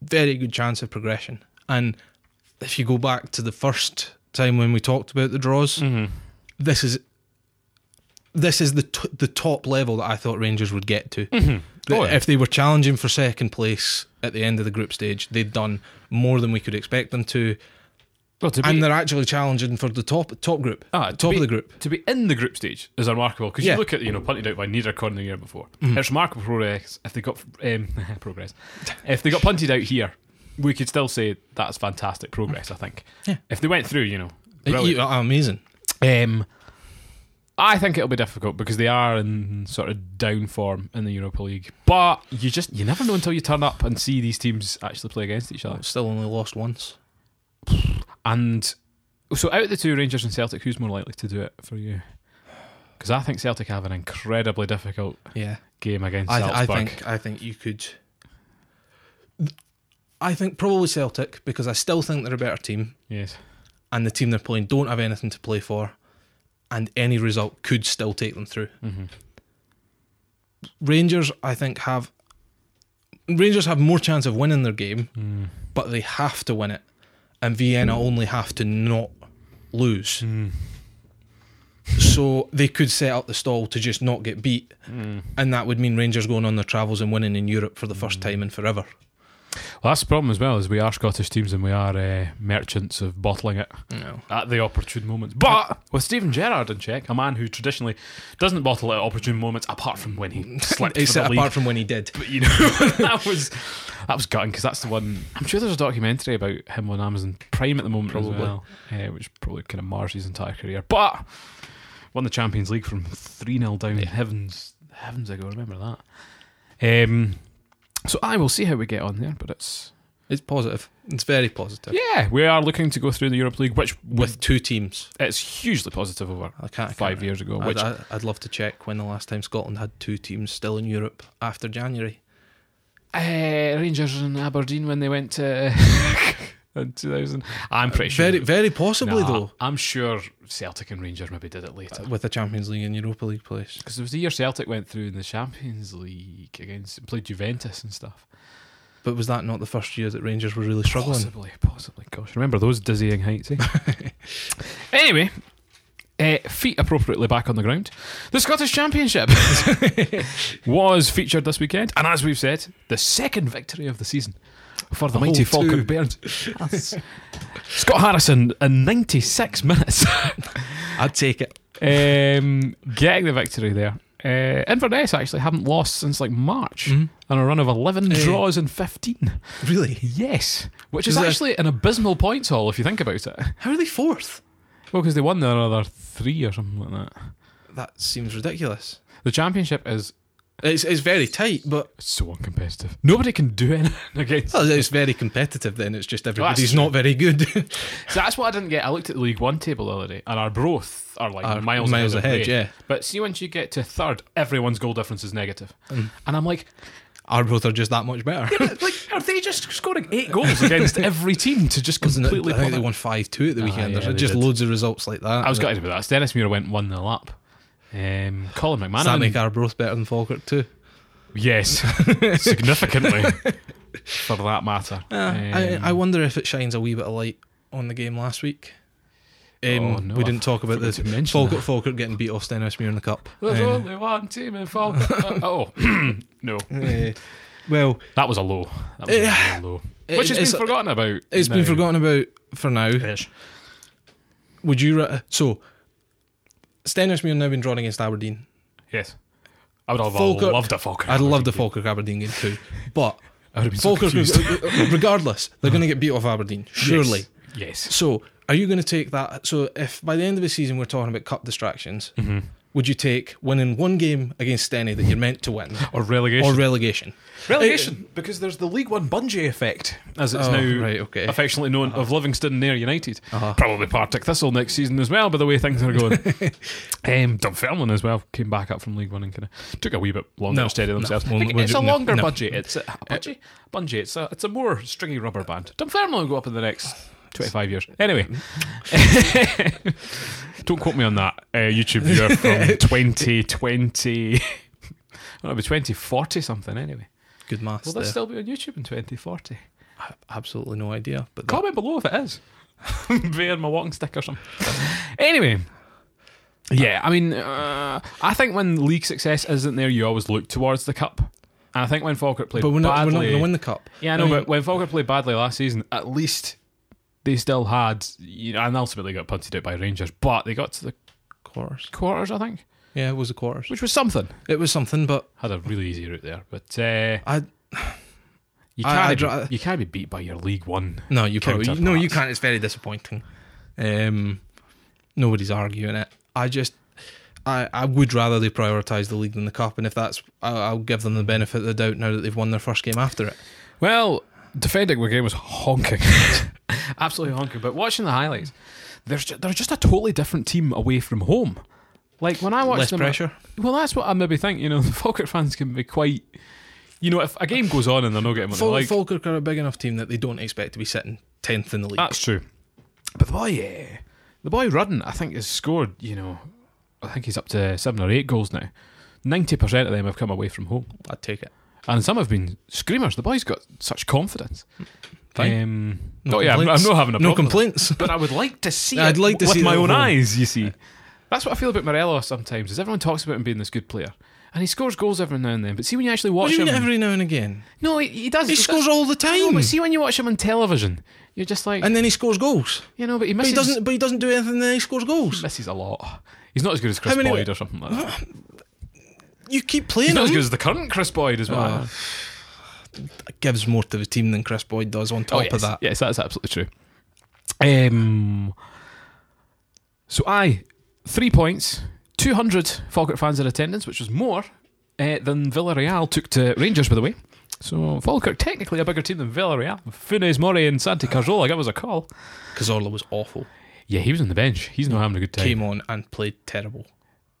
S2: very good chance of progression. And if you go back to the first time when we talked about the draws,
S1: Mm-hmm.
S2: this is this is the t- the top level that I thought Rangers would get to. That
S1: Oh, yeah.
S2: If they were challenging for second place at the end of the group stage, they'd done more than we could expect them to,
S1: well, to
S2: and
S1: be,
S2: they're actually challenging for the top top group,
S1: Ah, to
S2: top
S1: be-
S2: of the group.
S1: to be in the group stage is remarkable because
S2: Yeah. Mm-hmm.
S1: you look at you know punted out by Niederkorn the year before. It's remarkable progress if they got um, [laughs] progress. If they got punted out here, we could still say that's fantastic progress. I think.
S2: Yeah.
S1: If they went through, you know,
S2: You,
S1: brilliant.
S2: are amazing.
S1: Um, I think it'll be difficult because they are in sort of down form in the Europa League. But you just you never know until you turn up and see these teams actually play against each other.
S2: Still only lost once.
S1: And so out of the two Rangers and Celtic, who's more likely to do it for you? Because I think Celtic have an incredibly difficult
S2: Yeah,
S1: game against
S2: I, th- I
S1: Salzburg.
S2: think I think you could. I think probably Celtic because I still think they're a better team,
S1: yes.
S2: and the team they're playing don't have anything to play for, and any result could still take them through.
S1: Mm-hmm.
S2: Rangers, I think, have Rangers have more chance of winning their game,
S1: Mm.
S2: but they have to win it, and Vienna only have to not lose.
S1: Mm.
S2: So they could set up the stall to just not get
S1: Mm.
S2: beat, and that would mean Rangers going on their travels and winning in Europe for the first time in forever.
S1: Well, that's the problem as well, is we are Scottish teams and we are uh, merchants of bottling it
S2: No. [laughs]
S1: at the opportune moments. But with Steven Gerrard in check, a man who traditionally doesn't bottle at opportune moments, apart from when
S2: [laughs]
S1: he slipped for the
S2: Except
S1: league.
S2: apart from when he did.
S1: but you know [laughs] that was that was gutting because that's the one. I'm sure there's a documentary about him on Amazon Prime at the moment as
S2: Probably.
S1: well, eh, which probably kind of mars his entire career. But won the Champions League from three 0 down heavens heavens ago. Remember that. Um, so I will see how we get on there, but it's
S2: It's positive. It's very positive.
S1: yeah we are looking to go through the Europe League, which with
S2: With two teams.
S1: it's hugely positive over
S2: I can't. I
S1: five
S2: can't-
S1: years ago.
S2: I'd,
S1: Which
S2: I'd, I'd love to check when the last time Scotland had two teams still in Europe after January.
S1: uh, Rangers and Aberdeen when they went to [laughs] in 2000. I'm pretty sure
S2: Very, very possibly
S1: Nah,
S2: though,
S1: I'm sure Celtic and Rangers maybe did it later.
S2: with a Champions League and Europa League place.
S1: Because it was the year Celtic went through in the Champions League against played Juventus and stuff.
S2: But was that not the first year that Rangers were really struggling?
S1: Possibly, possibly. Gosh, remember those dizzying heights? Eh?
S2: [laughs]
S1: anyway, uh, feet appropriately back on the ground. The Scottish
S2: [laughs]
S1: Championship was featured this weekend, and as we've said, the second victory of the season for the
S2: Oh,
S1: mighty
S2: two.
S1: Falkirk
S2: [laughs]
S1: Bairns. Scott Harrison in 96 minutes. [laughs]
S2: I'd take it.
S1: um, getting the victory there. Uh, Inverness actually haven't lost since like March on a run of 11
S2: Eh.
S1: draws and 15.
S2: [laughs] Really?
S1: Yes, which is
S2: Is that-
S1: actually an abysmal points haul if you think about it. Well,
S2: How are they fourth?
S1: because they won the other three or something like that.
S2: That seems ridiculous.
S1: The championship is
S2: It's, it's very tight, but
S1: so uncompetitive. Nobody can do anything [laughs] against.
S2: well, it's very competitive. Then it's just everybody's
S1: true.
S2: not very good.
S1: So that's what I didn't get. I looked at the League One table the other day, and our both are like [laughs]
S2: Are [laughs]
S1: miles
S2: miles
S1: ahead. of
S2: ahead,
S1: me.
S2: yeah.
S1: But see, once you get to third, everyone's goal difference is negative, and I'm like,
S2: Arbroath are just that much better.
S1: like, are they just scoring eight goals against every team to just
S2: [laughs] Wasn't it-
S1: completely?
S2: I think they
S1: plummet?
S2: won five two at the weekend.
S1: yeah,
S2: There's
S1: they
S2: just
S1: did.
S2: loads of results like that.
S1: I was gutted about that. Dennis Muir went one 0 up. Um, Colin
S2: Does that make
S1: McManaman,
S2: Arbroath better than Falkirk too? [laughs]
S1: yes, significantly for that matter.
S2: Uh, Eh, I,
S1: Um,
S2: I wonder if it shines a wee bit of light on the game last week. Um,
S1: Oh, no,
S2: we
S1: I
S2: didn't talk about
S1: forgot
S2: this.
S1: to mention
S2: Falkirk, Falkirk getting beat off Stenhousemuir in the cup.
S1: [laughs] There's
S2: Um,
S1: only one team in Falkirk.
S2: [laughs]
S1: oh [clears throat] no,
S2: eh, well,
S1: that was a low. That was a real low.
S2: it-
S1: Which has
S2: it's-
S1: been forgotten about.
S2: it's been
S1: now.
S2: forgotten about for now.
S1: Ish.
S2: Would you ra- so? Stenhousemuir now been drawn against Aberdeen.
S1: Yes, I would have
S2: Falkirk-
S1: loved a Falkirk.
S2: I'd love the Falkirk Aberdeen game too, but
S1: Ah, [laughs] I would have been so
S2: Falkirk,
S1: confused.
S2: [laughs] regardless, they're going to get beat off Aberdeen surely.
S1: Yes.
S2: So, are you going to take that? So, if by the end of the season we're talking about cup distractions,
S1: Mm-hmm.
S2: would you take winning one game against Steny that you're meant
S1: [laughs]
S2: to win
S1: Or relegation.
S2: or relegation?
S1: Relegation, because there's the League One Bungee effect, as it's
S2: Oh,
S1: now
S2: right, okay.
S1: affectionately known, of Livingston near United. Probably Partick Thistle next season as well, by the way things are [laughs] going. um, Dunfermline as well came back up from League One and kind of took a wee bit longer
S2: No,
S1: to steady
S2: no,
S1: themselves.
S2: we'll-
S1: Like,
S2: we'll
S1: it's
S2: do-
S1: a
S2: no,
S1: longer
S2: no.
S1: budget. It's a, a budget. Bungee. Uh, It's a it's a more stringy rubber band. Dunfermline will go up in the next. 25 years. Anyway, [laughs] don't quote me on that, uh, YouTube viewer [laughs] from 2020. [laughs] well, it'll be 2040 something, anyway.
S2: Good maths.
S1: Will
S2: there.
S1: this still be on YouTube in 2040?
S2: I- absolutely no idea. But that-
S1: Comment below if it is. [laughs] Bear my walking stick or something. anyway. Yeah, I mean, uh, I think when league success isn't there, you always look towards the cup. And I think when Falkirk played
S2: but we're not, we're
S1: badly,
S2: not going to win the cup.
S1: yeah, I know.
S2: mean,
S1: but when Falkirk played badly last season, at least they still had, you know, and ultimately got punted out by Rangers. But they got to the
S2: quarters.
S1: quarters, I think,
S2: Yeah, it was the quarters.
S1: which was something.
S2: It was something, but
S1: Had a really easy route there, but uh,
S2: I
S1: you
S2: I- I
S1: can't
S2: dra-
S1: you can't be beat by your League One
S2: no, you probably
S1: Counterparts.
S2: no, you can't. It's very disappointing. Um, nobody's arguing it. I just. I, I would rather they prioritise the league than the cup, and if that's, I, I'll give them the benefit of the doubt now that they've won their first game after it.
S1: Well, defending the game was honking, [laughs] absolutely honking. But watching the highlights, there's ju- they're just a totally different team away from home. Like when I watch
S2: Less
S1: them,
S2: pressure.
S1: well, that's what I maybe think. You know, [laughs] the Falkirk fans can be quite. You know, if a game goes on and they're not getting what they
S2: Fal-
S1: like,
S2: Falkirk are a big enough team that they don't expect to be sitting tenth in the league.
S1: that's true. But the boy, yeah, the boy Rudden, I think has scored. You know, I think he's up to seven or eight goals now. Ninety percent of them have come away from home.
S2: I'd take it.
S1: and some have been screamers. The boy's got such confidence.
S2: Fine.
S1: Um,
S2: No
S1: oh, yeah, I'm, I'm
S2: complaints.
S1: not having a
S2: no
S1: problem.
S2: complaints.
S1: but I would like to see.
S2: I'd
S1: it
S2: like to
S1: with
S2: see
S1: my
S2: that
S1: own
S2: overall.
S1: eyes. You see, that's what I feel about Morello sometimes. Is everyone talks about him being this good player, and he scores goals every now and then. But see when you actually
S2: What
S1: watch
S2: do you
S1: him,
S2: mean every now and again?
S1: no, he, he does.
S2: He
S1: That's-
S2: scores all the
S1: I know,
S2: time,
S1: but see when you watch him on television, you're just like,
S2: and then he scores goals.
S1: you know, but he
S2: But
S1: misses.
S2: he doesn't. But he doesn't do anything. Then he scores goals.
S1: misses a lot. He's not as good as Chris
S2: How many-
S1: Boyd or something like that.
S2: You keep
S1: He's
S2: playing
S1: not as
S2: him.
S1: good as the current Chris Boyd as well.
S2: Oh, Gives more to the team than Chris Boyd does. On top
S1: Oh, yes.
S2: of that,
S1: Yes, that's absolutely true. Um, so I three points, two hundred Falkirk fans in attendance, which was more uh, than Villarreal took to Rangers, by the way. So Falkirk technically a bigger team than Villarreal. Funes Mori and Santi Cazorla give us a call.
S2: Cazorla was awful.
S1: Yeah, he was on the bench. He's not having a good time.
S2: Came on and played terrible.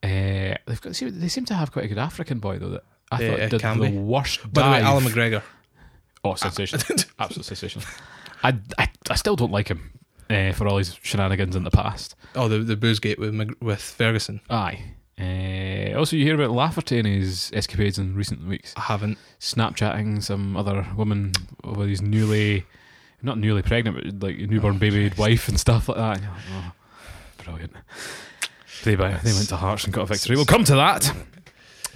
S1: Uh, they've got see, they seem to have quite a good African boy though that I
S2: Yeah,
S1: thought
S2: it
S1: did
S2: can
S1: the
S2: be.
S1: worst dive.
S2: Uh, By the way, Alan McGregor.
S1: Oh, sensational! Absolute sensational. I, I, I still don't like him uh, for all his shenanigans in the past.
S2: Oh, the the booze gate with Mc- with Ferguson.
S1: Aye. Uh, also, you hear about Lafferty and his escapades in recent weeks,
S2: I haven't.
S1: Snapchatting some other woman with his newly, not newly pregnant, but like newborn baby wife and stuff like that. And you're like, oh, brilliant. They, by, they went to Hearts and got a victory. We'll come to that.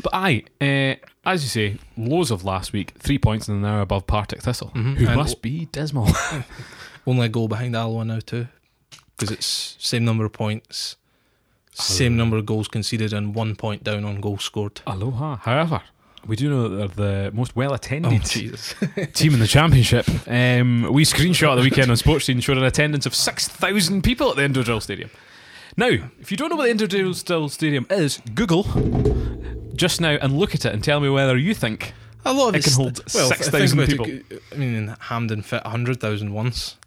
S1: But aye, uh, as you say, lows of last week, three points and an hour above Partick Thistle,
S2: Mhm.
S1: who
S2: And-
S1: must be dismal.
S2: Only a goal behind Alwa now too, because it's same number of points, same number of goals conceded, and one point down on goals scored.
S1: Aloha. However, we do know that they're the most well
S2: Oh
S1: attended
S2: Jesus! [laughs]
S1: team in the championship. Um, we screenshot the weekend on Sports Scene showed an attendance of 6,000 people at the Indoor Drill Stadium. Now, if you don't know what the Indoor Drill Stadium is, Google just now and look at it and tell me whether you think.
S2: A lot of
S1: It can
S2: it's-
S1: hold
S2: well,
S1: 6,000
S2: think about it, uh, I mean, Hamden fit hundred thousand once.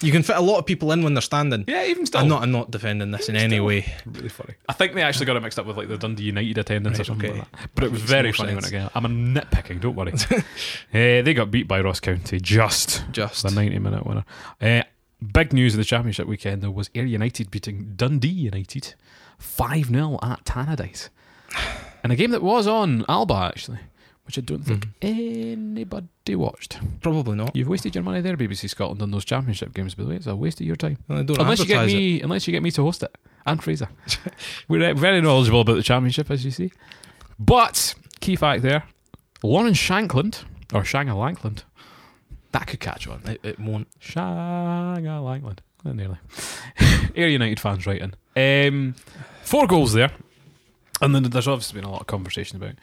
S2: You can fit a lot of people in when they're standing.
S1: Yeah, even still.
S2: I'm not. I'm not defending this in any way.
S1: really funny. I think they actually got it mixed up with like the Dundee United attendance or
S2: Right,
S1: something
S2: okay.
S1: like that. But it was
S2: Makes
S1: very
S2: more
S1: funny when it
S2: sense.
S1: came out. I'm nitpicking, don't [laughs] worry. uh, they got beat by Ross County just
S2: Just
S1: the 90 minute winner. Uh, big news of the championship weekend, though, was Air United beating Dundee United 5 0 at Tannadice. And a game that was on Alba, actually, which I don't think anybody watched.
S2: Mm. probably not.
S1: You've wasted your money there, BBC Scotland, on those championship games, by the way. It's a waste of your time.
S2: I don't
S1: unless you get
S2: advertise
S1: me, unless you get me to host it, and Fraser. [laughs] We're uh, very knowledgeable about the championship, as you see. But key fact there, Lauren Shankland or Shanga Lankland, that could catch on.
S2: It, it won't.
S1: Shanga Lankland, not nearly. [laughs] Air United fans writing. Um, four goals there. And then there's obviously been a lot of conversation about,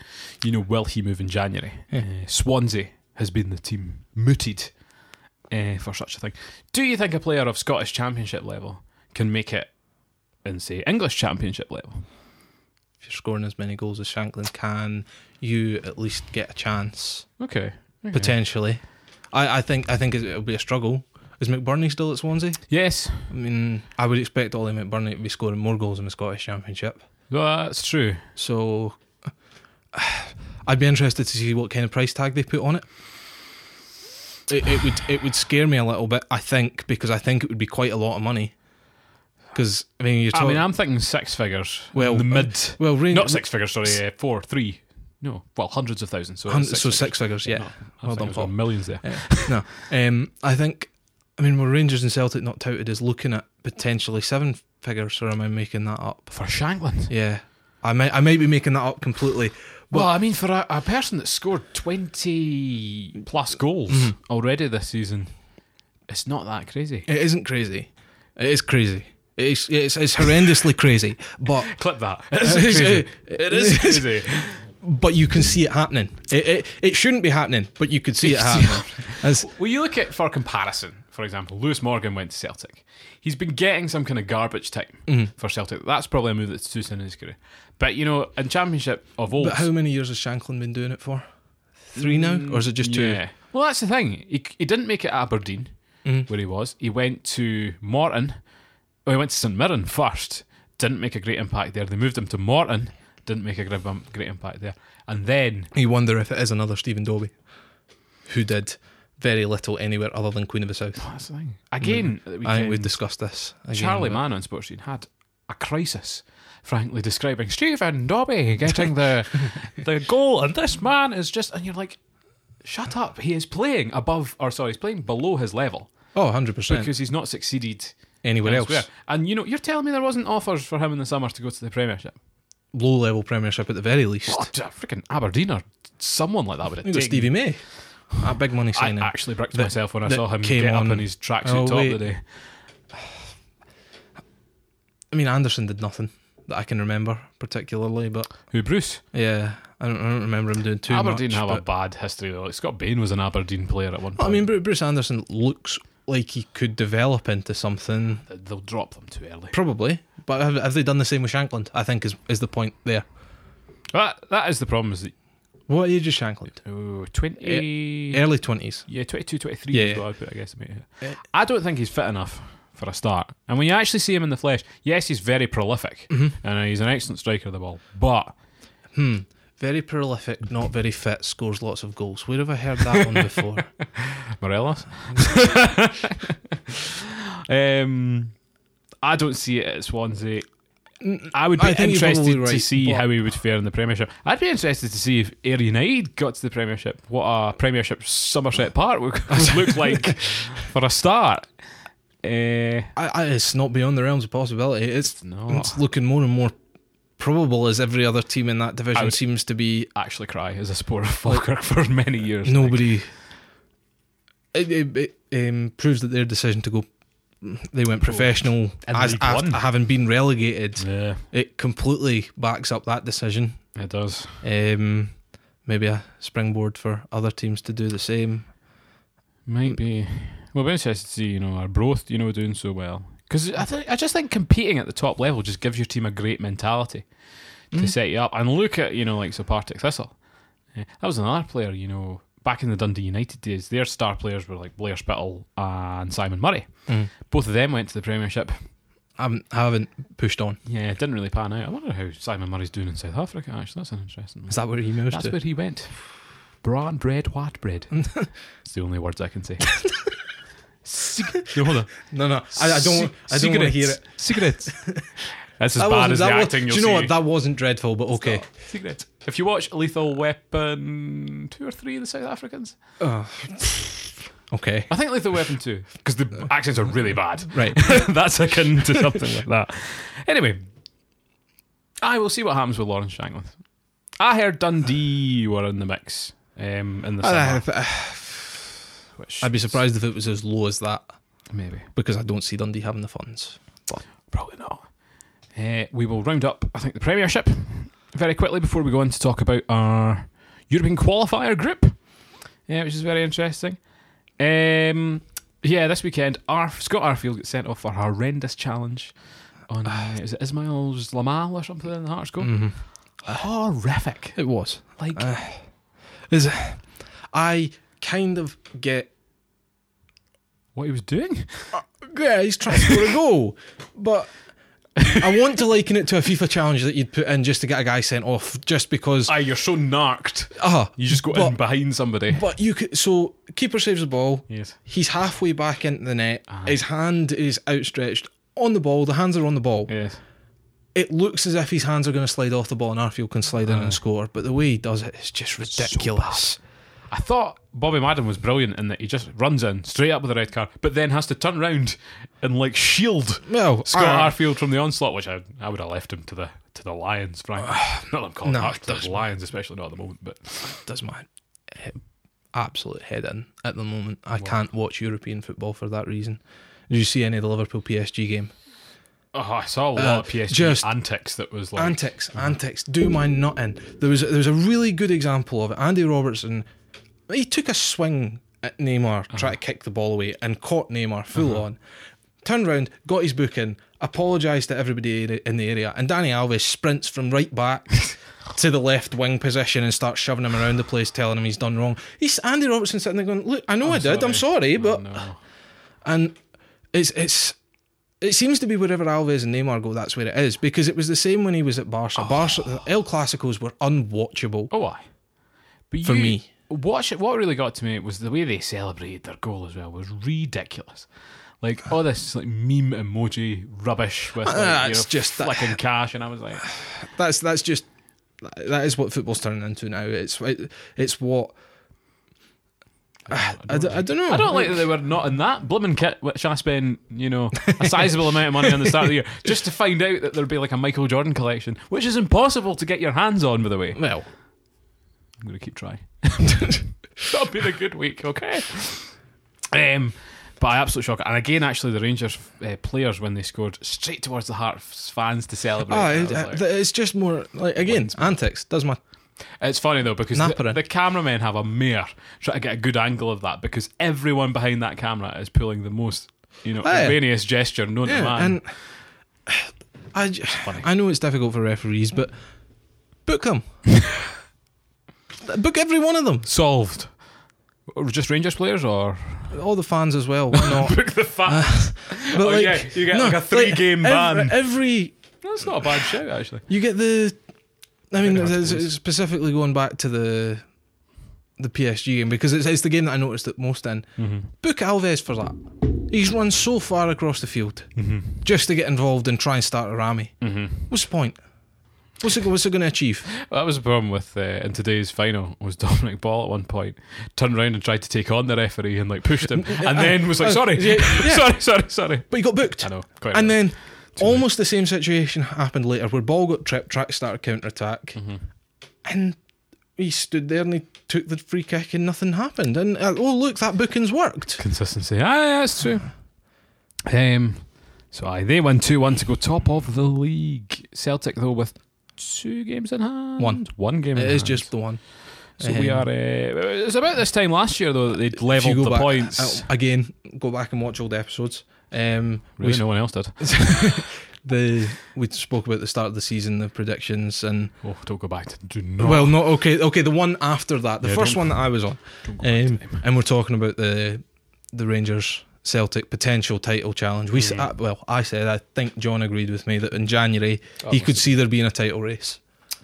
S1: you know, will he move in January?
S2: Yeah.
S1: Uh, Swansea has been the team mooted uh, for such a thing. Do you think a player of Scottish Championship level can make it in, say, English Championship level?
S2: If you're scoring as many goals as Shanklin can, you at least get a chance
S1: Okay. okay.
S2: potentially. I, I think. I think it'll be a struggle. Is McBurney still at Swansea?
S1: Yes,
S2: I mean, I would expect Ollie McBurney to be scoring more goals in the Scottish Championship.
S1: well, that's true.
S2: So [sighs] I'd be interested to see what kind of price tag they put on it. It, it would it would scare me a little bit, I think, because I think it would be quite a lot of money. Because I mean, you're
S1: I
S2: talking
S1: mean, I'm thinking six figures.
S2: Well,
S1: the mid.
S2: well, Rain,
S1: Not six figures, sorry, uh, four, three. No, well, hundreds of thousands. So,
S2: hun-
S1: six
S2: so
S1: figures.
S2: six figures, yeah.
S1: No, I
S2: Well
S1: think
S2: done,
S1: it's got
S2: Paul.
S1: Millions there.
S2: Yeah. no, um, I think. I mean, were Rangers and Celtic not touted as looking at potentially seven figures, or am I making that up?
S1: For Shankland.
S2: Yeah, I might I might be making that up completely. But-
S1: Well, I mean, for a, a person that's scored 20 plus goals
S2: Mm-hmm.
S1: already this season, it's not that crazy.
S2: It isn't crazy. It is crazy. It's it's, it's horrendously crazy, but
S1: Clip that.
S2: is crazy.
S1: It
S2: [laughs]
S1: is crazy.
S2: but you can see it happening. It it, it shouldn't be happening, but you could see it happening. [laughs] As
S1: Well, you look at, for comparison, for example, Lewis Morgan went to Celtic. He's been getting some kind of garbage time
S2: Mm-hmm.
S1: for Celtic. That's probably a move that's too soon in his career. But, you know, in Championship of old.
S2: but how many years has Shanklin been doing it for? Three now, or is it just two?
S1: Yeah. Well, that's the thing. He, he didn't make it at Aberdeen, where he was. He went to Morton. Well, he went to St Mirren first. Didn't make a great impact there. They moved him to Morton. Didn't make a great, um, great impact there. And then,
S2: You wonder if it is another Stephen Dobie, who did very little anywhere other than Queen of the South.
S1: that's the thing. Mm-hmm. Again, at the
S2: I think
S1: weekend,
S2: we've discussed this. Again,
S1: Charlie
S2: but-
S1: Mann on Sports Scene had a crisis, frankly, describing Stephen Dobby getting [laughs] the the goal, and this man is just, and you're like, shut up. He is playing above, or sorry, he's playing below his level
S2: Oh, 100 percent.
S1: because he's not succeeded
S2: Anywhere else?
S1: elsewhere. And you know, you're telling me there wasn't offers for him in the summer to go to the Premiership.
S2: low level Premiership at the very least.
S1: Oh, freaking Aberdeen or someone like that would have
S2: You got
S1: taken.
S2: Stevie May, a big money
S1: I
S2: signing.
S1: actually bricked
S2: that-
S1: myself when I
S2: that
S1: saw him
S2: came
S1: get
S2: on-
S1: up in his tracksuit
S2: Oh,
S1: top
S2: wait.
S1: today.
S2: I mean, Anderson did nothing that I can remember particularly, but
S1: Who Bruce?
S2: yeah, I don't, I don't remember him doing too
S1: Aberdeen
S2: much.
S1: have a
S2: but-
S1: bad history though. Like Scott Bain was an Aberdeen player at one point.
S2: I mean, Bru- Bruce Anderson looks like he could develop into something,
S1: They- they'll drop them too early.
S2: probably. But have, have they done the same with Shankland? I think is is the point there.
S1: That that is the problem. Is that
S2: What age is Shankland?
S1: oh, twenty?
S2: Eh, Early twenties.
S1: Yeah, 22, 23
S2: Yeah.
S1: is what I put, I guess. Mate.
S2: Eh.
S1: I don't think he's fit enough for a start. And when you actually see him in the flesh, yes, he's very prolific
S2: Mm-hmm.
S1: and he's an excellent striker of the ball. But
S2: Hmm. Very prolific, not very fit, scores lots of goals. Where have I heard
S1: [laughs]
S2: that one before?
S1: Morelos, [laughs] um, I don't see it at Swansea. I would be
S2: I think you're
S1: interested
S2: probably
S1: to
S2: right,
S1: see
S2: but-
S1: how he would fare in the Premiership. I'd be interested to see if Air United got to the Premiership, what a Premiership Somerset Park would [laughs] look
S2: [laughs]
S1: like for a start. Uh,
S2: I, I, it's not beyond the realms of possibility. It's,
S1: no,
S2: it's looking more and more probable as every other team in that
S1: I
S2: division
S1: would-
S2: seems to be
S1: actually cry as a supporter of Falkirk [laughs] for many years.
S2: nobody. It, it, it um, proves that their decision to go, they went professional
S1: And
S2: as
S1: League
S2: after
S1: One.
S2: having been relegated.
S1: Yeah,
S2: It completely backs up that decision.
S1: it does.
S2: Um, maybe a springboard for other teams to do the same.
S1: Might be. Well, it'll be interested to see, you know, are both, you know, doing so well? Because I, th- I just think competing at the top level just gives your team a great mentality to set you up. And look at, you know, like Sopartic Thistle. Yeah, that was another player, you know, back in the Dundee United days, their star players were like Blair Spittle and Simon Murray.
S2: Mm.
S1: Both of them went to the Premiership.
S2: haven't haven't pushed on.
S1: Yeah, it didn't really pan out. I wonder how Simon Murray's doing in South Africa, actually. That's an interesting one.
S2: Is that where he moves
S1: That's
S2: to?
S1: where he went. Brown bread, white [laughs] bread. it's the only words I can say. Sig- no, hold on.
S2: No, no, I, I don't. I don't want to hear it.
S1: Cigarettes.
S2: [laughs]
S1: That's as
S2: That
S1: bad
S2: wasn't-
S1: as the
S2: that was-
S1: acting
S2: Do
S1: you'll
S2: you know
S1: see.
S2: what? That wasn't dreadful, but okay.
S1: Cigarettes. If you watch Lethal Weapon 2 or 3, the South Africans.
S2: Oh. okay.
S1: I think Lethal Weapon [laughs] 2, because the accents are really bad. [sighs]
S2: Right.
S1: [laughs] That's akin to something like that. Anyway, I will see what happens with Lawrence Shankland. I heard Dundee were in the mix um, in the summer.
S2: Uh,
S1: which
S2: I'd be surprised if it was as low as that
S1: Maybe.
S2: because I don't see Dundee having the funds.
S1: Probably not. Uh, we will round up, I think, the Premiership very quickly before we go on to talk about our European qualifier group, uh, which is very interesting. Um, yeah, this weekend, Arf, Scott Arfield gets sent off for a horrendous challenge [sighs] on, uh, is it Ismail's Lamal or something in the Hearts goal? Mm-hmm. Horrific.
S2: It was.
S1: Like,
S2: Uh, Is I kind of get.
S1: what he was doing?
S2: Yeah, he's trying to score a goal, [laughs] but I want to liken it to a FIFA challenge that you'd put in just to get a guy sent off, just because.
S1: Aye, you're so narked.
S2: Ah,
S1: You just go
S2: but,
S1: in behind somebody.
S2: But you could. So keeper saves the ball.
S1: Yes.
S2: He's halfway back into the net.
S1: Uh-huh.
S2: His hand is outstretched on the ball. The hands are on the ball.
S1: Yes.
S2: It looks as if his hands are going to slide off the ball and Arfield can slide in and score. But the way he does it is just ridiculous.
S1: I thought Bobby Madden was brilliant in that he just runs in straight up with a red card, but then has to turn round and like shield
S2: well,
S1: Scott
S2: uh,
S1: Arfield from the onslaught, which I I would have left him to the to the Lions, Frank. not that I'm calling
S2: Uh, No,
S1: Hart to the
S2: doesn't.
S1: Lions, especially not at the moment, but
S2: does my he- absolute head in at the moment. I can't watch European football for that reason. Did you see any of the Liverpool PSG game?
S1: oh, I saw a lot
S2: Uh,
S1: of PSG
S2: just-
S1: antics that was like
S2: Antics, antics, do my nutting. There was there was a really good example of it. Andy Robertson, he took a swing at Neymar, tried to kick the ball away, and caught Neymar full on. Turned round, got his book in, apologised to everybody ar- in the area, and Danny Alves sprints from right [laughs] back to the left wing position and starts shoving him around the place, telling him he's done wrong. He's Andy Robertson sitting there going, "Look, I know i did. I'm sorry, but
S1: no.
S2: and it's it's it seems to be wherever Alves and Neymar go, that's where it is. Because it was the same when he was at Barca. Barca, the El Clasicos were unwatchable.
S1: Oh, I. But
S2: For
S1: you-
S2: me.
S1: what sh- what really got to me was the way they celebrated their goal as well was ridiculous. Like all this like meme emoji rubbish with like,
S2: Ah,
S1: you
S2: it's
S1: know,
S2: just-
S1: flicking cash, and I was like,
S2: That's that's just that is what football's turning into now. It's it, it's what
S1: I
S2: I, d- I don't know.
S1: I don't like that they were not in that. Blimmin' Kit, which I spent, you know, a sizable amount of money on the start of the year just to find out that there'd be like a Michael Jordan collection, which is impossible to get your hands on, by the way.
S2: Well,
S1: I'm going to keep trying. [laughs] That'll be a good week, okay? Um, but I absolutely shocked. And again, actually, the Rangers uh, players, when they scored, straight towards the Hearts fans to celebrate.
S2: aye,
S1: I was
S2: I-
S1: like-
S2: th- Ah, it's just more like again antics. Does my
S1: It's funny though because the,
S2: Napperin.
S1: the cameramen have a mare trying to get a good angle of that because everyone behind that camera is pulling the most, you know,
S2: Aye.
S1: erroneous gesture known to
S2: yeah,
S1: man.
S2: and I j- I know it's difficult for referees, but book [laughs] them. book every one of them.
S1: Solved. Or Just Rangers players [laughs] or
S2: All the fans as well. Why not?
S1: book the
S2: Uh,
S1: fans?
S2: But
S1: Oh, yeah, you get like a three-game
S2: every-
S1: ban.
S2: Every
S1: That's not a bad shout actually.
S2: You get the. I mean,
S1: Don't have
S2: it's-
S1: to lose.
S2: it's specifically going back to the the PSG game because it's, it's the game that I noticed it most in.
S1: Mm-hmm.
S2: Book Alves for that. He's run so far across the field
S1: Mm-hmm.
S2: just to get involved and try and start a rammy.
S1: Mm.
S2: Mm-hmm. What's the point? What's it, what's it going to achieve?
S1: Well, that was the problem with uh, in today's final was [laughs] Dominic Ball at one point turned around and tried to take on the referee and like pushed
S2: [laughs]
S1: him and then was like
S2: uh,
S1: sorry,
S2: yeah, yeah.
S1: [laughs] sorry, sorry, sorry.
S2: But he got booked.
S1: I know. Quite
S2: And
S1: right.
S2: then almost the same situation happened later where Ball got tripped, track started counter attack,
S1: Mm-hmm.
S2: and he stood there and he took the free kick and nothing happened. And uh, oh, look, that booking's worked.
S1: Consistency. Ah, yeah, that's true. Um, so aye, they win 2 1 to go top of the league. Celtic, though, with two games in hand.
S2: One.
S1: One game in
S2: It is
S1: hand.
S2: just the one.
S1: So we
S2: um,
S1: are. Uh, it was about this time last year, though, that they'd
S2: If you
S1: levelled
S2: go
S1: the
S2: back-
S1: points.
S2: uh, again, go back and watch old episodes. Um, we
S1: really, no one else did.
S2: the we spoke about the start of the season, the predictions, and
S1: Oh, don't go back to. Do not.
S2: well, not okay. Okay, the one after that, the
S1: Yeah,
S2: first
S1: don't-
S2: one that I was on,
S1: don't go back
S2: um,
S1: to them.
S2: and we're talking about the the Rangers Celtic potential title challenge. We
S1: Mm.
S2: said, well, I said I think John agreed with me that in January he could see there being a title race.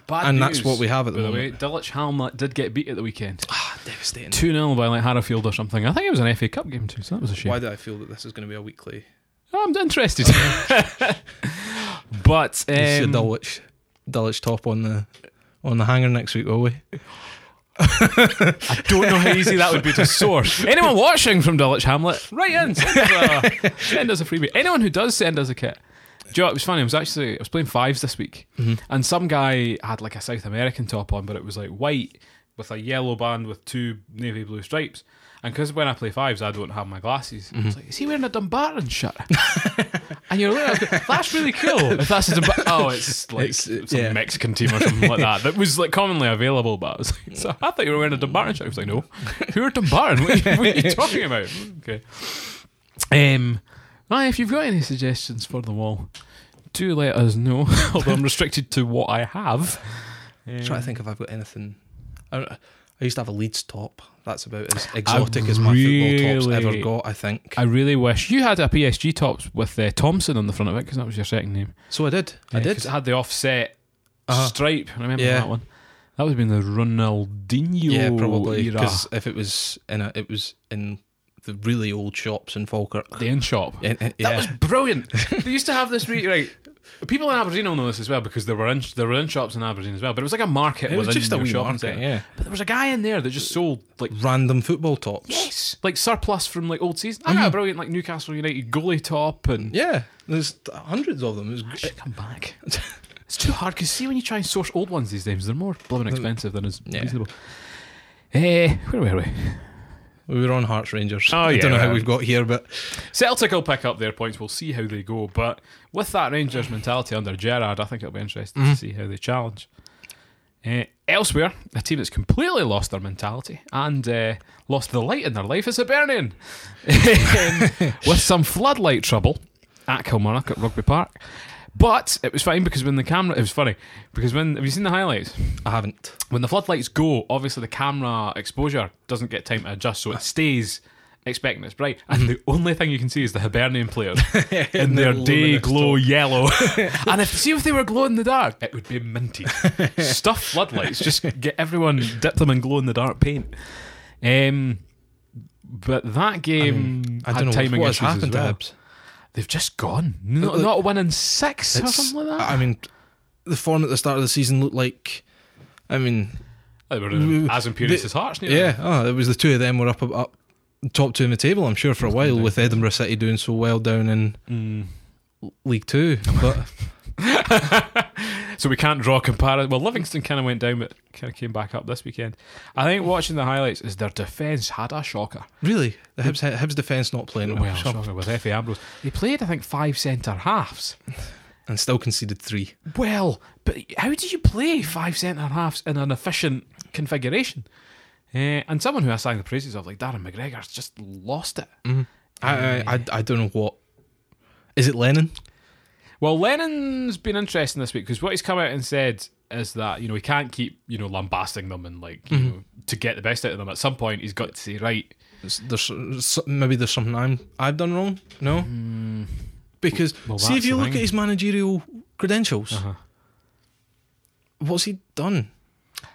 S1: Bad
S2: and that's
S1: news,
S2: what we have at the
S1: by
S2: moment.
S1: way, Dulwich Hamlet did get beat at the weekend.
S2: Ah, devastating.
S1: 2 0 by like Harrowfield or something. I think it was an FA Cup game, too, so that was a shame.
S2: Why do I feel that this is going to be a weekly?
S1: I'm
S2: [laughs]
S1: interested. [laughs] but. Um,
S2: It's a Dulwich, Dulwich top on the on the hanger next week, will we?
S1: Don't know how easy that would be to source. [laughs] Anyone watching from Dulwich Hamlet, right in. Send us a, send us a freebie. Anyone who does send us a kit. Do you know, it was funny. I was actually I was playing fives this week,
S2: Mm-hmm.
S1: and some guy had like a South American top on, but it was like white with a yellow band with two navy blue stripes. And because when I play fives, I don't have my glasses. I
S2: Mm-hmm.
S1: was like, is he wearing a Dumbarton shirt? [laughs] and you're like,
S2: [laughs]
S1: that's really cool. If that's a Dumbarton, oh, it's like
S2: It's, uh,
S1: some
S2: yeah.
S1: Mexican team or something like that. That was like commonly available, but I was like, so I thought you were wearing a Dumbarton shirt. I was like,
S2: [laughs]
S1: no, who are Dumbarton? What are you, what are you talking about? Okay. Um, right, if you've got any suggestions for the wall, do let us know. [laughs] Although I'm restricted to what I have. Um,
S2: Try to think if I've got anything. I, I used to have a Leeds top. That's about as
S1: I
S2: exotic as my football tops
S1: really-
S2: ever got. I think.
S1: I really wish you had a PSG tops with uh, Thompson on the front of it because that was your second name.
S2: so I did. I
S1: Yeah, 'cause
S2: did.
S1: It had the offset
S2: Uh-huh.
S1: stripe. I remember
S2: Yeah.
S1: that one. That would have been the Ronaldinho
S2: yeah, probably
S1: era.
S2: because if it was in a, it was in the really old shops in Falkirk.
S1: The in shop.
S2: In- in-
S1: That
S2: yeah.
S1: was
S2: [laughs]
S1: brilliant. they used to have this re- right. People in Aberdeen will know this as well because there were in, there were in shops in Aberdeen as well, but it was like a market
S2: It was
S1: within
S2: just a
S1: your
S2: wee
S1: shopping
S2: market,
S1: centre.
S2: yeah.
S1: But there was a guy in there that just sold like
S2: random football tops.
S1: yes, Mm. like surplus from like old season. I got a brilliant like Newcastle United goalie top and
S2: Yeah, there's hundreds of them. It
S1: I
S2: was-
S1: should come back. [laughs] It's too hard because see when you try and source old ones these days, they're more blooming expensive than is
S2: Yeah.
S1: reasonable. Eh, where were we?
S2: we were on Hearts Rangers.
S1: Oh,
S2: I
S1: yeah,
S2: don't know
S1: well.
S2: how we've got here, but
S1: Celtic will pick up their points. We'll see how they go. But with that Rangers mentality under Gerard, I think it'll be interesting to see how they challenge. Uh, elsewhere, a team that's completely lost their mentality and uh, lost the light in their life is Hibernian. [laughs] Um, with some floodlight trouble at Kilmarnock at Rugby Park. But it was fine because when the camera, it was funny because when, have you seen the highlights?
S2: I haven't.
S1: when the floodlights go, obviously the camera exposure doesn't get time to adjust, so it stays expecting it's bright.
S2: Mm-hmm.
S1: And the only thing you can see is the Hibernian players [laughs]
S2: [laughs]
S1: in their
S2: their
S1: day
S2: luminous
S1: glow
S2: [laughs]
S1: yellow. and if see if they were glow in the dark, it would be
S2: [laughs]
S1: minty. Stuff floodlights, just get everyone dip them in glow in the dark paint. Um, but that game
S2: I
S1: had
S2: don't know
S1: timing
S2: what has
S1: issues as
S2: happened
S1: well.
S2: to Hibs.
S1: They've just gone, not,
S2: Look,
S1: not winning six or
S2: It's-
S1: something like that.
S2: I mean, the form at the start of the season looked like. I mean,
S1: They were in
S2: Mm,
S1: as imperious
S2: the-
S1: as Hearts. nearly.
S2: Yeah, oh, it was the two of them were up, up top two in the table, I'm sure, for a while, with Edinburgh City doing so well down in
S1: Mm.
S2: League Two. But
S1: so we can't draw comparison. Well, Livingston kind of went down, but kind of came back up this weekend. I think watching the highlights is their defence had a shocker.
S2: really, the Hibs, Hibs defence not playing well,
S1: Well, shocker with Effie Ambrose. They played, I think, five centre halves.
S2: and still conceded three.
S1: Well, but how do you play five centre halves in an efficient configuration? Eh, and someone who I sang the praises of, like Darren McGregor's, just lost it.
S2: I, I, I, I don't know what. Is it Lennon?
S1: Well, Lennon's been interesting this week because what he's come out and said is that you know he can't keep you know lambasting them and like you know to get the best out of them. At some point, he's got to say right.
S2: It's- There's so- maybe there's something I'm I've done wrong. No, Hmm. because
S1: Well,
S2: see
S1: that's
S2: if you
S1: the
S2: look
S1: thing.
S2: at his managerial credentials,
S1: Uh-huh.
S2: what's he done?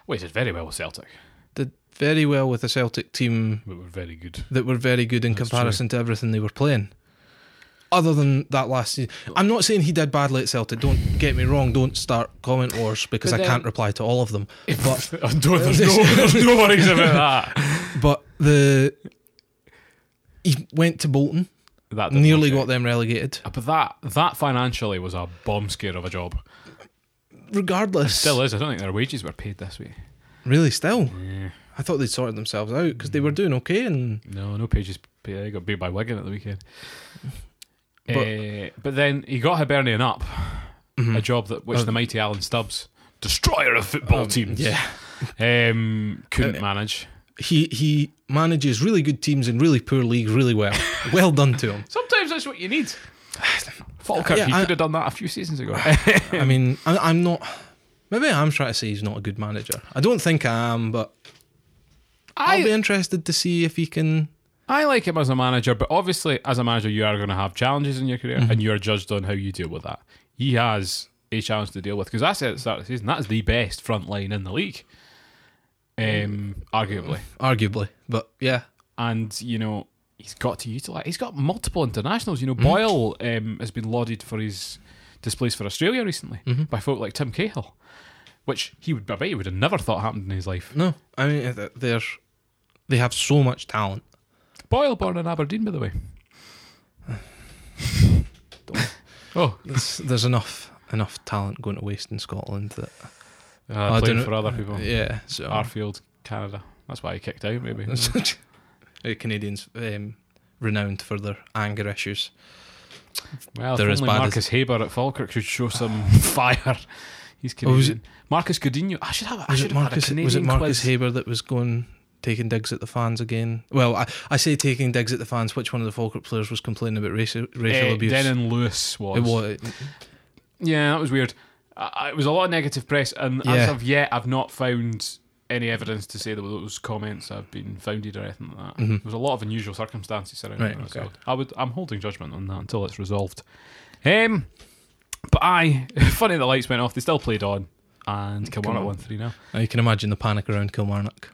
S1: Well, he did very well with Celtic.
S2: Did very well with the Celtic team
S1: We were very good.
S2: that were very good in
S1: That's
S2: comparison to everything they were playing. Other than that last season, I'm not saying he did badly at Celtic. Don't get me wrong. Don't start comment wars because
S1: But
S2: I
S1: then-
S2: can't reply to all
S1: [laughs]
S2: of them. But
S1: no, [laughs] there's, no, there's no worries [laughs] about that.
S2: but the he went to Bolton,
S1: that didn't
S2: nearly
S1: work
S2: got them relegated.
S1: out. But that that financially was a bomb scare of a job.
S2: Regardless,
S1: Still eh? is. I don't think their wages were paid this week.
S2: really, still,
S1: Yeah.
S2: I thought they'd sorted themselves out because they were doing okay. And
S1: No, no pages. paid. They got beat by Wigan at the weekend.
S2: But-
S1: But, Eh, but Mm-hmm. then he got Hibernian up, a job that which the mighty Alan Stubbs, destroyer of football teams,
S2: yeah,
S1: um, couldn't manage.
S2: he he manages really good teams in really poor leagues
S1: [laughs]
S2: really well. well done to him.
S1: Sometimes that's what you need. [sighs] Falkirk,
S2: Yeah,
S1: he
S2: I-
S1: could have done that a few seasons [laughs] ago.
S2: I mean, I, I'm not. Maybe I'm trying to say he's not a good manager. I don't think I am, but I'll be
S1: I,
S2: interested to see if he can.
S1: I like him as a manager, but obviously, as a manager, you are going to have challenges in your career, and you are judged on how you deal with that. He has a challenge to deal with because I said at the start of the season that's the best front line in the league, um, arguably.
S2: Arguably, but yeah,
S1: and you know he's got to utilize. He's got multiple internationals. You know, Boyle um, has been lauded for his displays for Australia recently
S2: Mm-hmm.
S1: by folk like Tim Cahill, which he would I bet he would have never thought happened in his life.
S2: no. I mean, th- they're they have so much talent.
S1: Boyle born in Aberdeen, by the way. oh,
S2: There's, there's enough enough talent going to waste in Scotland that
S1: uh,
S2: don't
S1: playing
S2: know.
S1: for other people.
S2: yeah. So
S1: Arfield, Canada. That's why he kicked out. Maybe
S2: Uh, [laughs] Canadians um, renowned for their anger issues.
S1: well,
S2: They're
S1: if
S2: as
S1: only
S2: bad as-
S1: Marcus Haber at Falkirk should show
S2: [laughs]
S1: some fire. He's Canadian.
S2: Oh, was it-
S1: Marcus Godinho. I should have. I
S2: Was
S1: should
S2: it
S1: have had a
S2: Marcus?
S1: Canadian
S2: Was it Marcus
S1: quiz.
S2: Haber that was going taking digs at the fans again? Well, I, I say taking digs at the fans. Which one of the Falkirk players was complaining about racial racial
S1: Uh,
S2: abuse?
S1: Denon Lewis was.
S2: It was.
S1: Yeah, that was weird. I, I- it was a lot of negative press, and as
S2: Yeah.
S1: of yet, I've not found any evidence to say that those comments have been founded or anything like that. There was a lot of unusual circumstances surrounding
S2: Mm-hmm. Right,
S1: that. So
S2: okay.
S1: I would, I'm holding judgment on that until it's resolved. Um, but I, [laughs] funny the lights went off. They still played on, and Kilmarnock
S2: on.
S1: won three now.
S2: Now you can imagine the panic around Kilmarnock.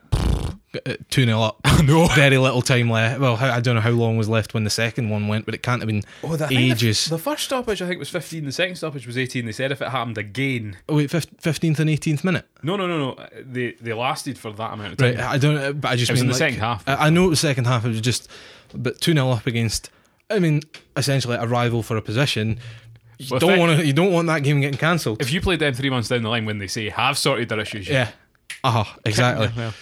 S2: 2 0
S1: [laughs]
S2: up.
S1: no.
S2: Very little time left. Well, I I don't know how long was left when the second one went, but it can't have been ages.
S1: Oh, The, first stoppage I think was 15. The second stoppage was 18. They said if it happened again,
S2: oh, wait, fif- 15th and 18th minute?
S1: no, no, no, no. They they lasted for that amount of time.
S2: Right. I don't uh, But I just
S1: It was
S2: mean
S1: in the
S2: like-
S1: second half.
S2: I, I know it was second half. It was just. But 2 0 up against, I mean, essentially a rival for a position. You
S1: Well,
S2: don't
S1: if-
S2: want to. You don't want that game getting cancelled.
S1: If you played them three months down the line when they say have sorted their issues, you
S2: Yeah. Uh huh. Exactly.
S1: Well,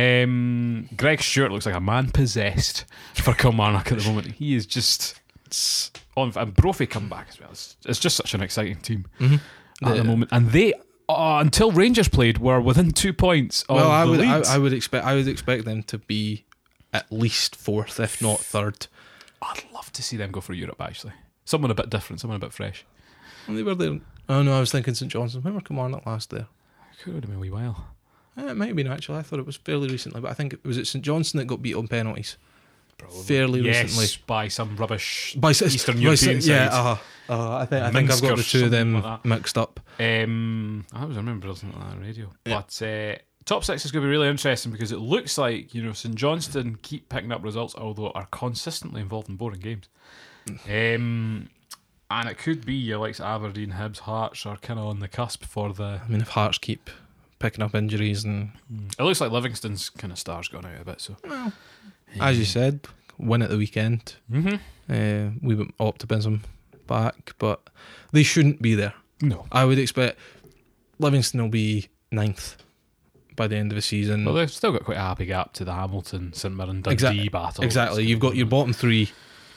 S1: um, Greg Stewart looks like a man possessed for Kilmarnock at the moment. He is just
S2: It's-
S1: on. And Brophy come back as well. It's, it's just such an exciting team at
S2: Yeah.
S1: the moment. And they, uh, until Rangers played, were within two points of
S2: Well, I
S1: the
S2: would.
S1: lead.
S2: I, I would expect. I would expect them to be at least fourth, if not third.
S1: would love to see them go for Europe. Actually, someone a bit different, someone a bit fresh.
S2: And they were there. Oh no, I was thinking St Johnson. When were Kilmarnock last there?
S1: Could have been a wee while.
S2: Eh, It might have been actually. I thought it was fairly recently, but I think it was it St Johnson that got beat on penalties. Fairly
S1: yes,
S2: recently.
S1: by some rubbish
S2: By s-
S1: Eastern
S2: by s-
S1: European side.
S2: Yeah, uh-huh, uh-huh. I think I think I've
S1: Minsk or
S2: got the two
S1: something
S2: of them
S1: like that.
S2: mixed up.
S1: Um, I always remember listening to that on radio. But uh, top six is going to be really interesting because it looks like you know St Johnston keep picking up results, although are consistently involved in boring games.
S2: Mm.
S1: Um, and it could be your likes of Aberdeen, Hibs, Hearts are kind of on the cusp for the
S2: I mean, if Hearts keep picking up injuries and,
S1: It looks like Livingston's kind of star's gone out a bit. So, Um,
S2: as you said, win at the weekend.
S1: hmm
S2: Uh, we went optimism back, but they shouldn't be there.
S1: no,
S2: I would expect Livingston will be ninth by the end of the season.
S1: but they've still got quite a happy gap to the Hamilton St Mirren Dundee
S2: Exactly.
S1: battle.
S2: exactly. You've got your bottom three,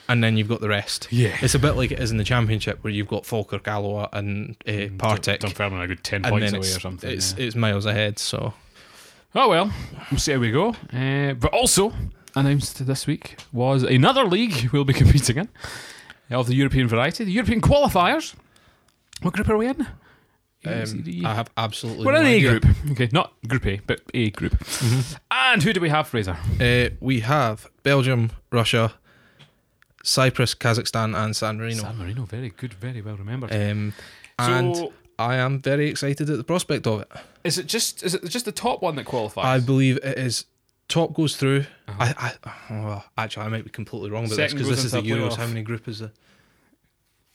S2: and then you've got the rest.
S1: Yeah.
S2: It's a bit like it is in the championship where you've got Falkirk, Alloa, and uh, Partick,
S1: Dunfermline are a good ten
S2: and
S1: Mm, points
S2: then
S1: away or
S2: it's,
S1: something.
S2: it's,
S1: yeah.
S2: it's miles ahead. So
S1: Oh well, we'll see how we go. Uh, but also announced this week was another league we'll be [laughs] competing in uh, of the European variety, the European qualifiers. What group are we in? A, B, C,
S2: um,
S1: D, E.
S2: I have absolutely.
S1: We're in
S2: no
S1: A
S2: idea. Mm-hmm.
S1: group. Okay, not Group A, but A group. And who do we have, Fraser?
S2: Uh, we have Belgium, Russia, Cyprus, Kazakhstan, and San Marino.
S1: San Marino. Very good. Very well remembered.
S2: Um, and
S1: so,
S2: I am very excited at the prospect of it.
S1: is it just is it just the top one that qualifies?
S2: I believe it is top goes through. I, I oh, well, actually I might be completely wrong about
S1: Uh-huh. Second
S2: this
S1: goes
S2: because this is
S1: into
S2: the
S1: a
S2: Euros.
S1: playoff.
S2: How many group is there?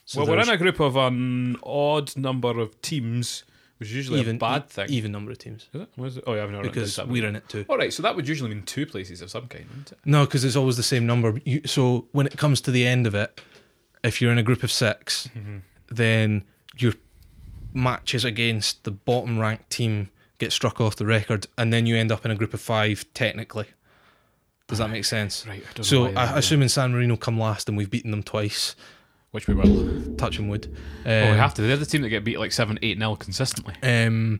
S2: So
S1: well, we're
S2: there's
S1: in a group of an odd number of teams, which is usually a bad
S2: e-
S1: thing.
S2: Even number of teams
S1: Is it? What is it? Oh, yeah, I've not
S2: because
S1: that
S2: we're in it too.
S1: All right, so that would usually mean two places of some kind, wouldn't it?
S2: No, because it's always the same number. You, so when it comes to the end of it, if you're in a group of 6
S1: Mm-hmm.
S2: then your matches against the bottom ranked team get struck off the record, and then you end up in a group of five technically. Does that make sense?
S1: Right. I don't
S2: So
S1: know why
S2: I,
S1: that-
S2: assuming San Marino come last and we've beaten them twice,
S1: which we will.
S2: touching wood. Um,
S1: oh, we have to. They're the team that get beat like seven, eight nil consistently.
S2: um,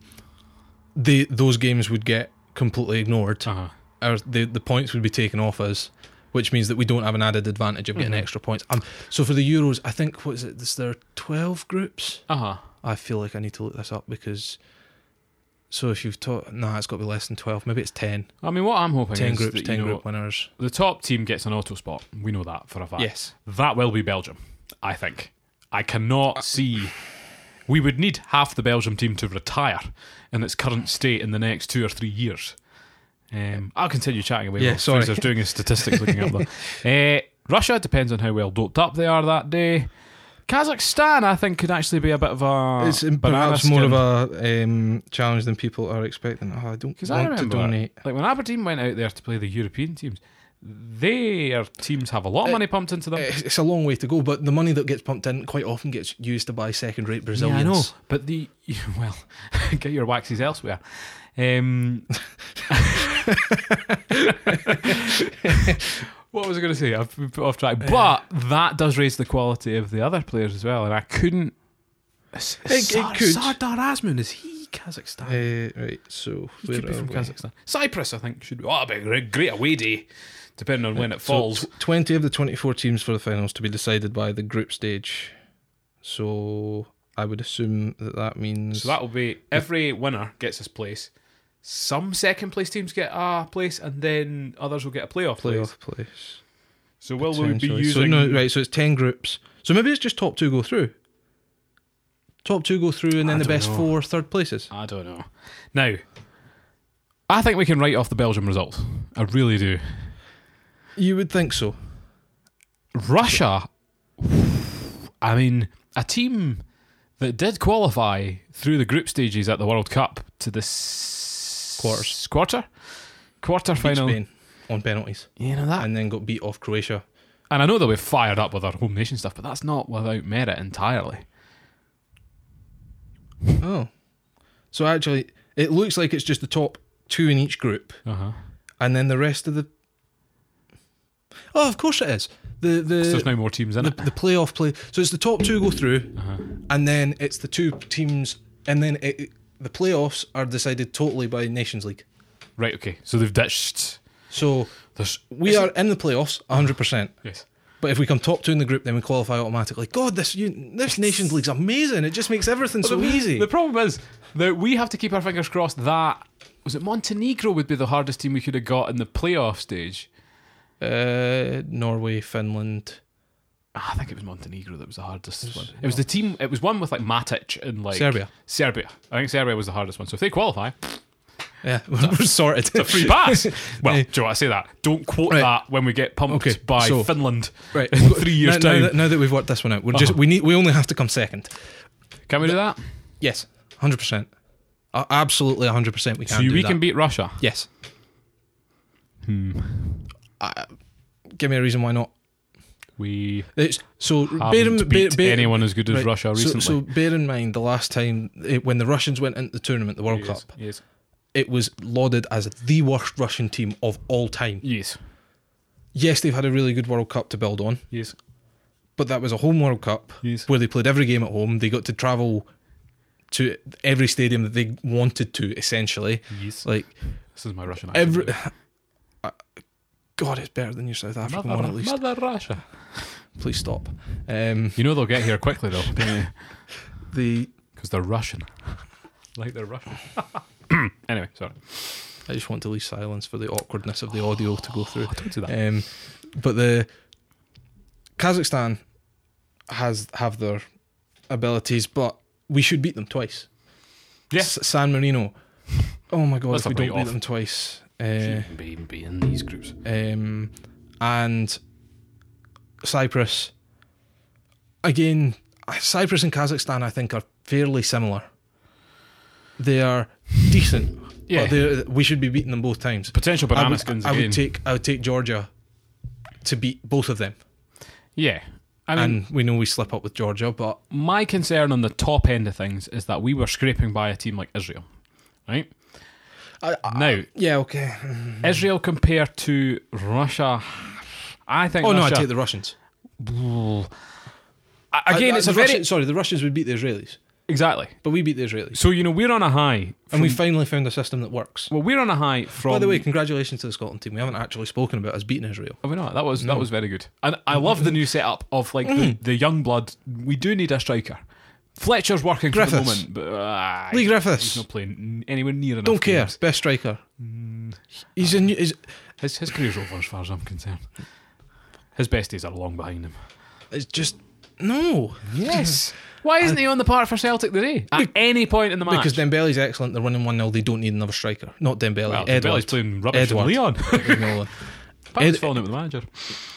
S2: they, those games would get completely ignored.
S1: Uh-huh.
S2: Our, the the points would be taken off us, which means that we don't have an added advantage of getting
S1: Mhm.
S2: extra points. Um, so for the Euros, I think what is it? Is there twelve groups?
S1: Uh huh.
S2: I feel like I need to look this up because. So if you've taught, nah, it's got to be less than twelve. Maybe it's 10.
S1: I mean, what I'm hoping
S2: 10
S1: is
S2: groups,
S1: that, you
S2: ten
S1: know,
S2: group winners.
S1: the top team gets an auto spot. We know that for a fact.
S2: Yes,
S1: That will be Belgium, I think. I
S2: Uh,
S1: cannot see. We would need half the Belgium team to retire in its current state in the next two or three years. Um, I'll continue chatting away.
S2: Yeah,
S1: while
S2: sorry.
S1: Fraser's doing his statistics looking up
S2: [laughs]
S1: there. Uh, Russia depends on how well doped up they are that day. Kazakhstan, I think, could actually be a bit of a
S2: it's perhaps uh, more of a um, challenge than people are expecting. Oh, I don't
S1: because I
S2: want to
S1: remember
S2: donate.
S1: like when Aberdeen went out there to play the European teams, their teams have a
S2: Uh,
S1: lot of money pumped into them.
S2: It's it's a long way to go, but the money that gets pumped in quite often gets used to buy second-rate
S1: Yeah,
S2: Brazilians.
S1: I know, but the [laughs] well, get your waxes elsewhere. Um, [laughs] what was I going to say? I've been put off track. But that does raise the quality of the other players as well, and I couldn't.
S2: it
S1: Sar-
S2: could.
S1: Sardar Azmoun is he Kazakhstan?
S2: Uh, right, so
S1: he could be from Kazakhsn. Cyprus, I think, should be. Oh, it'd be a great away day, depending on when it falls.
S2: Uh, So tw- twenty of the twenty-four teams for the finals to be decided by the group stage. So I would assume that that means
S1: So that will be every winner gets his place. Some second place teams get a place, and then others will get a playoff place.
S2: playoff place.
S1: So will we be
S2: potentially.
S1: using?
S2: So no, right. So it's ten groups. So maybe it's just top two go through. Top two go through, and then
S1: I
S2: the
S1: don't
S2: best
S1: know.
S2: four third places.
S1: I don't know. Now, I think we can write off the Belgium result. I really do.
S2: You would think so.
S1: Russia. I mean, a team that did qualify through the group stages at the World Cup to the s-
S2: Quarters.
S1: quarter, quarter
S2: Beat
S1: final.
S2: Spain on penalties,
S1: You know that
S2: and then got beat off Croatia.
S1: And I know that we've fired up with our home nation stuff, but that's not without merit entirely.
S2: Oh, so actually, it looks like it's just the top two in each group.
S1: Uh huh.
S2: and then the rest of the. Oh, of course it is. The
S1: There's
S2: the
S1: now more teams in
S2: the,
S1: it.
S2: the playoff play. So it's the top two go through,
S1: Uh-huh.
S2: and then it's the two teams, and then it, it- the playoffs are decided totally by Nations League.
S1: Right. Okay. So they've ditched.
S2: So
S1: There's
S2: we are in the playoffs, hundred percent.
S1: yes.
S2: But if we come top two in the group, then we qualify automatically. God, this you, this Nations League's amazing. It just makes everything so easy.
S1: The problem is that we have to keep our fingers crossed that was it Montenegro would be the hardest team we could have got in the playoff stage.
S2: Uh, Norway, Finland,
S1: Ah, I think it was Montenegro that was the hardest one. It was the team. It was one with like Matic and like
S2: Serbia.
S1: Serbia. I think Serbia was the hardest one. So if they qualify,
S2: Yeah, [laughs] we're, we're sorted.
S1: a
S2: [laughs]
S1: free pass. well, do you know what I say that? Don't quote
S2: Right.
S1: that when we get pumped
S2: Okay,
S1: by
S2: so-
S1: Finland
S2: Right,
S1: in [laughs] three years' time.
S2: now,
S1: Uh-huh.
S2: Now that, now that we've worked this one out, we're just we need we only have to come second.
S1: Can we do that?
S2: Yes, hundred percent. Uh, absolutely, 100%. We can
S1: So
S2: do
S1: we
S2: that.
S1: can beat Russia.
S2: Yes. Hmm. give me a reason why not.
S1: We
S2: It's, so bear in,
S1: haven't
S2: bear,
S1: beat
S2: bear-
S1: anyone as good as
S2: right,
S1: Russia
S2: so-
S1: recently.
S2: So, bear in mind the last time eh, when the Russians went into the tournament, the World
S1: yes,
S2: Cup,
S1: yes,
S2: it was lauded as the worst Russian team of all time.
S1: yes,
S2: Yes, they've had a really good World Cup to build on,
S1: yes,
S2: but that was a home World Cup
S1: yes.
S2: where they played every game at home. They got to travel to every stadium that they wanted to, essentially.
S1: yes.
S2: Like
S1: This is my Russian accent.
S2: every. [sighs] uh, God, it's better than your South African one,
S1: Mother,
S2: at least.
S1: Mother Russia.
S2: Please stop. Um,
S1: You know they'll get here quickly though, because
S2: the
S1: they're Russian. [laughs] Like they're Russian. [clears throat] anyway, sorry.
S2: I just want to leave silence for the awkwardness of the audio to go through.
S1: Oh, don't do that.
S2: Um, but the Kazakhstan has have their abilities, but we should beat them twice.
S1: yes.
S2: S- San Marino. Oh my god,
S1: That's
S2: if
S1: a
S2: we don't beat
S1: write-off.
S2: them twice. Uh,
S1: Shouldn't be, be in these groups.
S2: um, and Cyprus. Again, uh, Cyprus and Kazakhstan, I think, are fairly similar. They are decent,
S1: Yeah.
S2: but they're- we should be beating them both times.
S1: Potential
S2: I
S1: banana
S2: would,
S1: skins
S2: I would
S1: again.
S2: take I would take Georgia to beat both of them.
S1: yeah. I mean,
S2: and we know we slip up with Georgia, but
S1: my concern on the top end of things is that we were scraping by a team like Israel, right?
S2: I, I-
S1: Now,
S2: yeah, okay.
S1: Israel compared to Russia, I think.
S2: Oh no, I
S1: Russia,
S2: take the Russians.
S1: A- Again,
S2: I-
S1: it's
S2: the
S1: a very
S2: Russian- sorry. The Russians would beat the Israelis,
S1: exactly.
S2: but we beat the Israelis,
S1: So you know we're on a high,
S2: and we finally found a system that works.
S1: well, we're on a high from.
S2: By the way, congratulations to the Scotland team. We haven't actually spoken about us beating Israel.
S1: Have we not? That was
S2: Mm.
S1: that was very good, and I love the new setup of like the, the young blood. We do need a striker. Fletcher's working for the
S2: Griffiths.
S1: moment, but uh,
S2: Lee
S1: he's
S2: Griffiths,
S1: not playing n- anywhere near enough.
S2: don't care.
S1: games.
S2: Best striker.
S1: Mm.
S2: He's a new. Is,
S1: His his career's over as far as I'm concerned. His best days are long behind him.
S2: it's just no.
S1: Yes. [laughs] Why isn't he on the park for Celtic today? At any point in the match?
S2: Because Dembele's excellent. They're winning one 0 They don't need another striker. Not Dembele.
S1: well, Dembele's
S2: Edwards.
S1: playing rubbish
S2: Edward.
S1: with Leon.
S2: Nolan.
S1: Pac's
S2: Ed-
S1: falling out with the manager.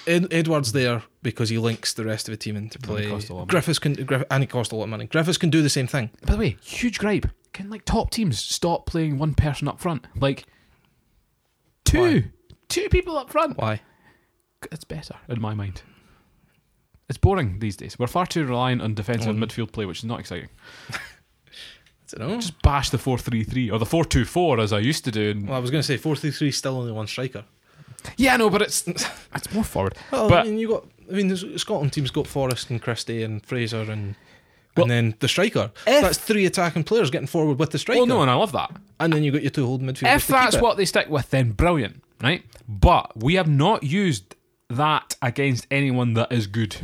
S2: Ed, Edwards there because he links the rest of the team into play.
S1: cost a lot of money.
S2: Griffiths can Griff, and he cost a lot of money. Griffiths can do the same thing.
S1: By the way, huge gripe. Can like top teams stop playing one person up front? Like two, two people up front.
S2: Why?
S1: It's better in my mind. It's boring these days. We're far too reliant on defensive and midfield play, which is not exciting.
S2: I don't know.
S1: Just bash the four-three-three or the four-two-four as I used to do. And,
S2: well, I was going to say four three three still only one striker.
S1: [laughs] yeah, no, but it's [laughs] it's more forward.
S2: Well,
S1: but
S2: I mean, you got. I mean, the Scotland team's got Forrest and Christie and Fraser and.
S1: Well-
S2: and then the striker.
S1: If-
S2: that's three attacking players getting forward with the striker.
S1: well, oh, no, and I love that.
S2: and then you got your two holding midfielders.
S1: if
S2: to keep
S1: that's
S2: it.
S1: what they stick with, then brilliant, right? But we have not used that against anyone that is good.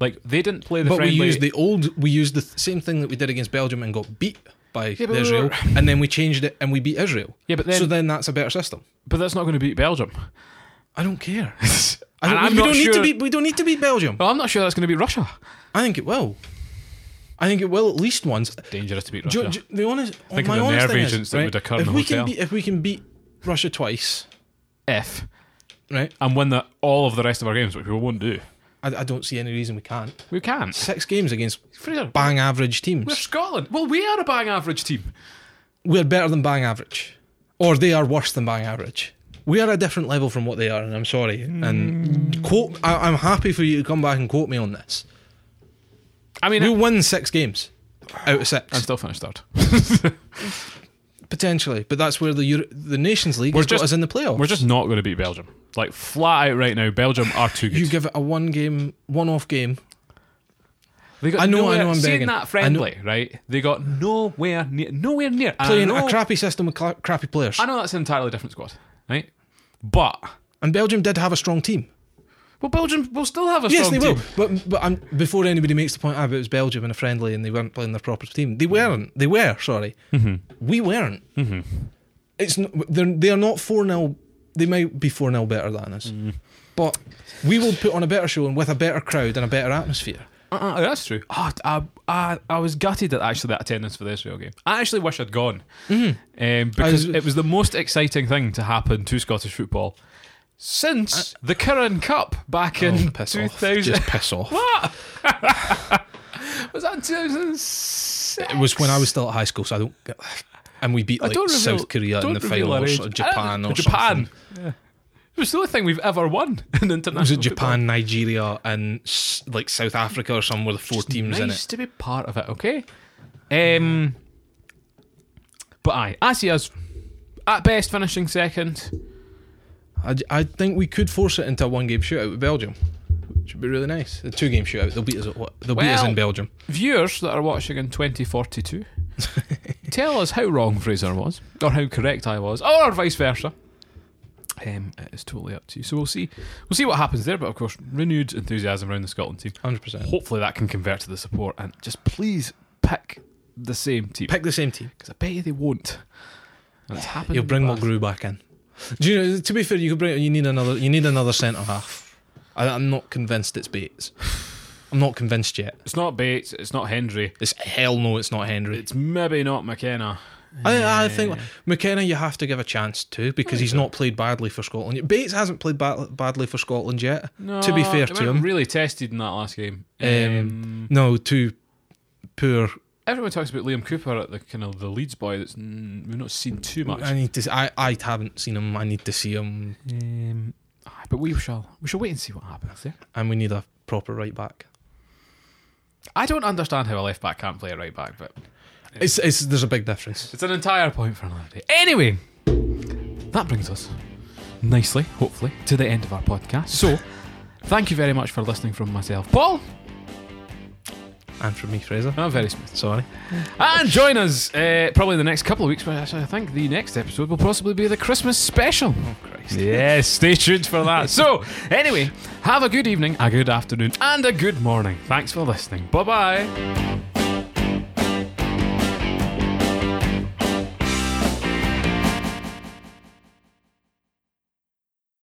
S1: Like they didn't play the
S2: But we
S1: friendly.
S2: used the old. We used the th- same thing that we did against Belgium and got beat by
S1: but we
S2: Israel,
S1: were-
S2: and then we changed it and we beat Israel.
S1: yeah, but then,
S2: so then that's a better system.
S1: but that's not going to beat Belgium.
S2: [laughs] I don't care.
S1: [laughs] and
S2: I don't,
S1: I'm
S2: we
S1: not
S2: don't
S1: sure.
S2: need to beat. We don't need to beat Belgium.
S1: well, I'm not sure that's going to be Russia.
S2: I think it will. I think it will at least once.
S1: Dangerous to beat
S2: Do,
S1: Russia.
S2: do- the honest,
S1: Think of
S2: my
S1: the
S2: honest
S1: nerve
S2: thing
S1: agents
S2: is,
S1: that
S2: right,
S1: would occur in
S2: if
S1: a
S2: we
S1: hotel.
S2: can beat, if we can beat Russia twice,
S1: F
S2: right?
S1: and win the, all of the rest of our games, which we won't do.
S2: I, I don't see any reason we can't.
S1: We can't.
S2: Six games against
S1: Fraser,
S2: bang average
S1: we're
S2: teams.
S1: Scotland. Well, we are a bang average team.
S2: We're better than bang average, or they are worse than bang average. We are a different level from what they are, and I'm sorry.
S1: Mm.
S2: And quote, I, I'm happy for you to come back and quote me on this.
S1: I mean,
S2: We'll win six games out of
S1: I'm
S2: six
S1: still finished third.
S2: potentially, but that's where the Euro- the Nations League has
S1: just-
S2: got us in the playoffs.
S1: We're just not going to beat Belgium. Like flat out right now, Belgium are too good.
S2: You give it a one game, one off game.
S1: They got
S2: I know- I
S1: nowhere,
S2: know I'm
S1: seeing
S2: begging.
S1: that friendly, right? They got nowhere near, nowhere near. And
S2: Playing
S1: I know,
S2: a crappy system with cla crappy players.
S1: I know that's an entirely different squad, right? But
S2: And Belgium did have a strong team.
S1: well, Belgium will still have a
S2: Yes,
S1: strong
S2: they
S1: team.
S2: will. But but um, before anybody makes the point, ah, but it was Belgium in a friendly and they weren't playing their proper team.
S1: Mm-hmm.
S2: They weren't. They were. Sorry, we weren't. It's n they're they are not four 0 They might be four 0 better than us,
S1: Mm-hmm.
S2: but we will put on a better show and with a better crowd and a better atmosphere.
S1: Uh-uh, that's true. Oh, I, I I was gutted at actually that attendance for the Israel game. I actually wish I'd gone um, because
S2: Mm-hmm. was-
S1: it was the most exciting thing to happen to Scottish football since the Curran Cup back in
S2: Oh, piss off!
S1: 2000.
S2: Just piss off.
S1: What? [laughs] was that 2006?
S2: It was when I was still at high school, so I don't. and we beat
S1: I
S2: like
S1: don't reveal-
S2: South Korea in
S1: don't
S2: the
S1: reveal
S2: final
S1: our
S2: or
S1: age.
S2: sort of Japan
S1: Uh,
S2: or
S1: Japan.
S2: something.
S1: Yeah. It was the only thing we've ever won [laughs] in international.
S2: Was it Japan, Nigeria, and s- like South Africa or somewhere? The four teams
S1: nice
S2: in it.
S1: to be part of it. Okay. Um. But aye, I see us at best finishing second.
S2: I, I think we could force it into a one game shootout with Belgium, which would be really nice. A two game shootout. They'll beat us. At, what- they'll beat us
S1: Well-
S2: in Belgium.
S1: Viewers that are watching in
S2: [laughs]
S1: 2042, tell us how wrong Fraser was, or how correct I was, or vice versa. Um, it is totally up to you. So we'll see. We'll see what happens there. But of course, renewed enthusiasm around the Scotland team.
S2: Hundred percent.
S1: Hopefully, that can convert to the support. And just please pick the same team
S2: Pick the same team.
S1: because I bet you they won't. And
S2: [sighs]
S1: it's happened.
S2: You'll
S1: in the
S2: bring
S1: past.
S2: Mulgrew back in. Do you know? To be fair, you could bring. You need another. You need another centre half. I, I'm not convinced it's Bates. I'm not convinced yet.
S1: It's not Bates. It's not Hendry.
S2: It's hell no. It's not Henry.
S1: It's maybe not McKenna. Eh,
S2: I, I think McKenna you have to give a chance to because he's not played badly for Scotland. yet. Bates hasn't played bad, badly for Scotland yet. to be
S1: No,
S2: fair
S1: they
S2: to
S1: weren't
S2: him,
S1: really tested in that last game.
S2: Um, no, too poor.
S1: Everyone talks about Liam Cooper at the kind of the Leeds boy. That's mm, we've not seen too much.
S2: I need to. s- I, I haven't seen him. I need to see him,
S1: Um, aye, but we shall we shall wait and see what happens there.
S2: and we need a proper right back.
S1: I don't understand how a left back can't play a right back, but
S2: It's, it's there's a big difference.
S1: it's an entire point for another day. Anyway, that brings us nicely, hopefully, to the end of our podcast. So, thank you very much for listening from myself, Paul.
S2: And for me, Fraser.
S1: I'm Ah, very smooth.
S2: Sorry.
S1: And join us uh, probably in the next couple of weeks. But actually, I think the next episode will possibly be the Christmas special.
S2: Oh Christ.
S1: Yes, stay tuned for
S2: [laughs]
S1: that. So, anyway, have a good evening, a good afternoon, and a good morning. Thanks for listening. Bye bye.